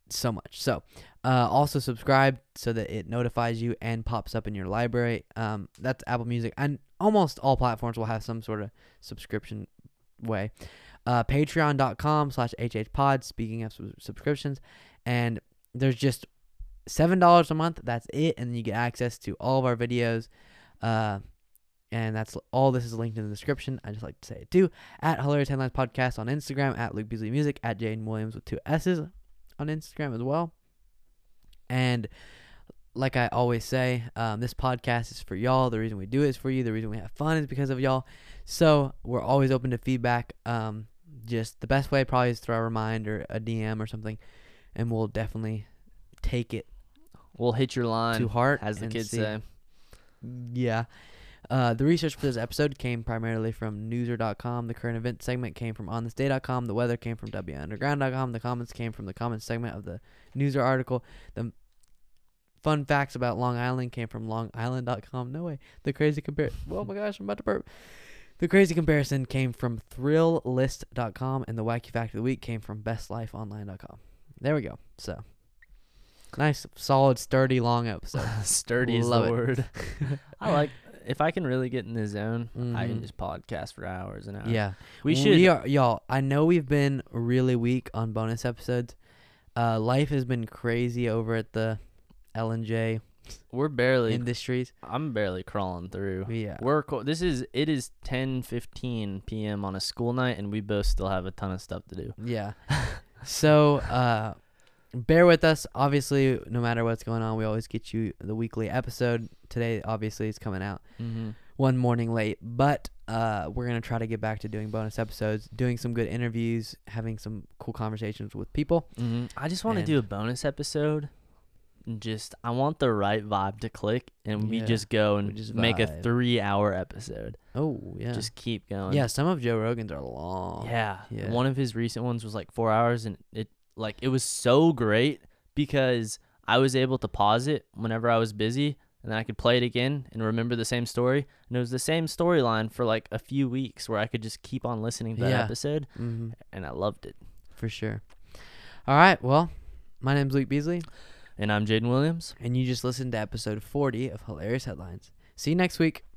S1: so much. So, uh, also subscribe so that it notifies you and pops up in your library. Um, that's Apple Music, and almost all platforms will have some sort of subscription way. Uh, Patreon.com slash HHPod, speaking of sub- subscriptions, and there's just $7 a month. That's it, and you get access to all of our videos. Uh, and that's all this is linked in the description. I just like to say it too. At Hilarious Headlines Podcast on Instagram, at Luke Beasley Music, at Jaden Williams with two S's on Instagram as well. And like I always say, um, this podcast is for y'all. The reason we do it is for you. The reason we have fun is because of y'all. So we're always open to feedback. Um, just the best way probably is through a reminder, a DM or something, and we'll definitely take it
S3: We'll hit your line.
S1: to heart.
S3: as the
S1: and
S3: kids
S1: see-
S3: say.
S1: Yeah. Uh, the research for this episode came primarily from Newser.com. The current event segment came from OnThisDay.com. The weather came from WUnderground.com. The comments came from the comments segment of the Newser article. The fun facts about Long Island came from LongIsland.com. No way. The crazy compare. Oh my gosh, I'm about to burp. The crazy comparison came from ThrillList.com, and the wacky fact of the week came from BestLifeOnline.com. There we go. So, nice, solid, sturdy, long episode.
S3: Sturdy is
S1: Love
S3: the
S1: it.
S3: word. I like if I can really get in the zone, I can
S1: Mhm.
S3: just uh, podcast for hours and hours.
S1: Yeah.
S3: we should.
S1: are, y'all. I know we've been really weak on bonus episodes. Uh, life has been crazy over at the L and J
S3: we're barely.
S1: Industries.
S3: I'm barely crawling through.
S1: Yeah,
S3: We're co- this is it is 10:15 p.m. on a school night, and we both still have a ton of stuff to do.
S1: yeah. so, uh, bear with us. Obviously, no matter what's going on, we always get you the weekly episode. Today, obviously, it's coming out
S3: Mm-hmm.
S1: one morning late, but uh, we're gonna try to get back to doing bonus episodes, doing some good interviews, having some cool conversations with people.
S3: Mm-hmm. I just want to
S1: And-
S3: do a bonus episode and just I want the right vibe to click, and we
S1: Yeah,
S3: just go and
S1: just
S3: make a
S1: vibe.
S3: three-hour episode.
S1: Oh yeah.
S3: Just keep going.
S1: yeah. Some of Joe Rogan's are long.
S3: Yeah.
S1: Yeah.
S3: One of his recent ones was like four hours, and it like it was so great because I was able to pause it whenever I was busy, and then I could play it again and remember the same story, and it was the same storyline for like a few weeks where I could just keep on listening to that
S1: Yeah.
S3: episode,
S1: hmm
S3: and I loved it.
S1: For sure. All right. Well, my name's Luke Beasley,
S3: And I'm Jaden Williams.
S1: and you just listened to episode 40 of Hilarious Headlines. See you next week.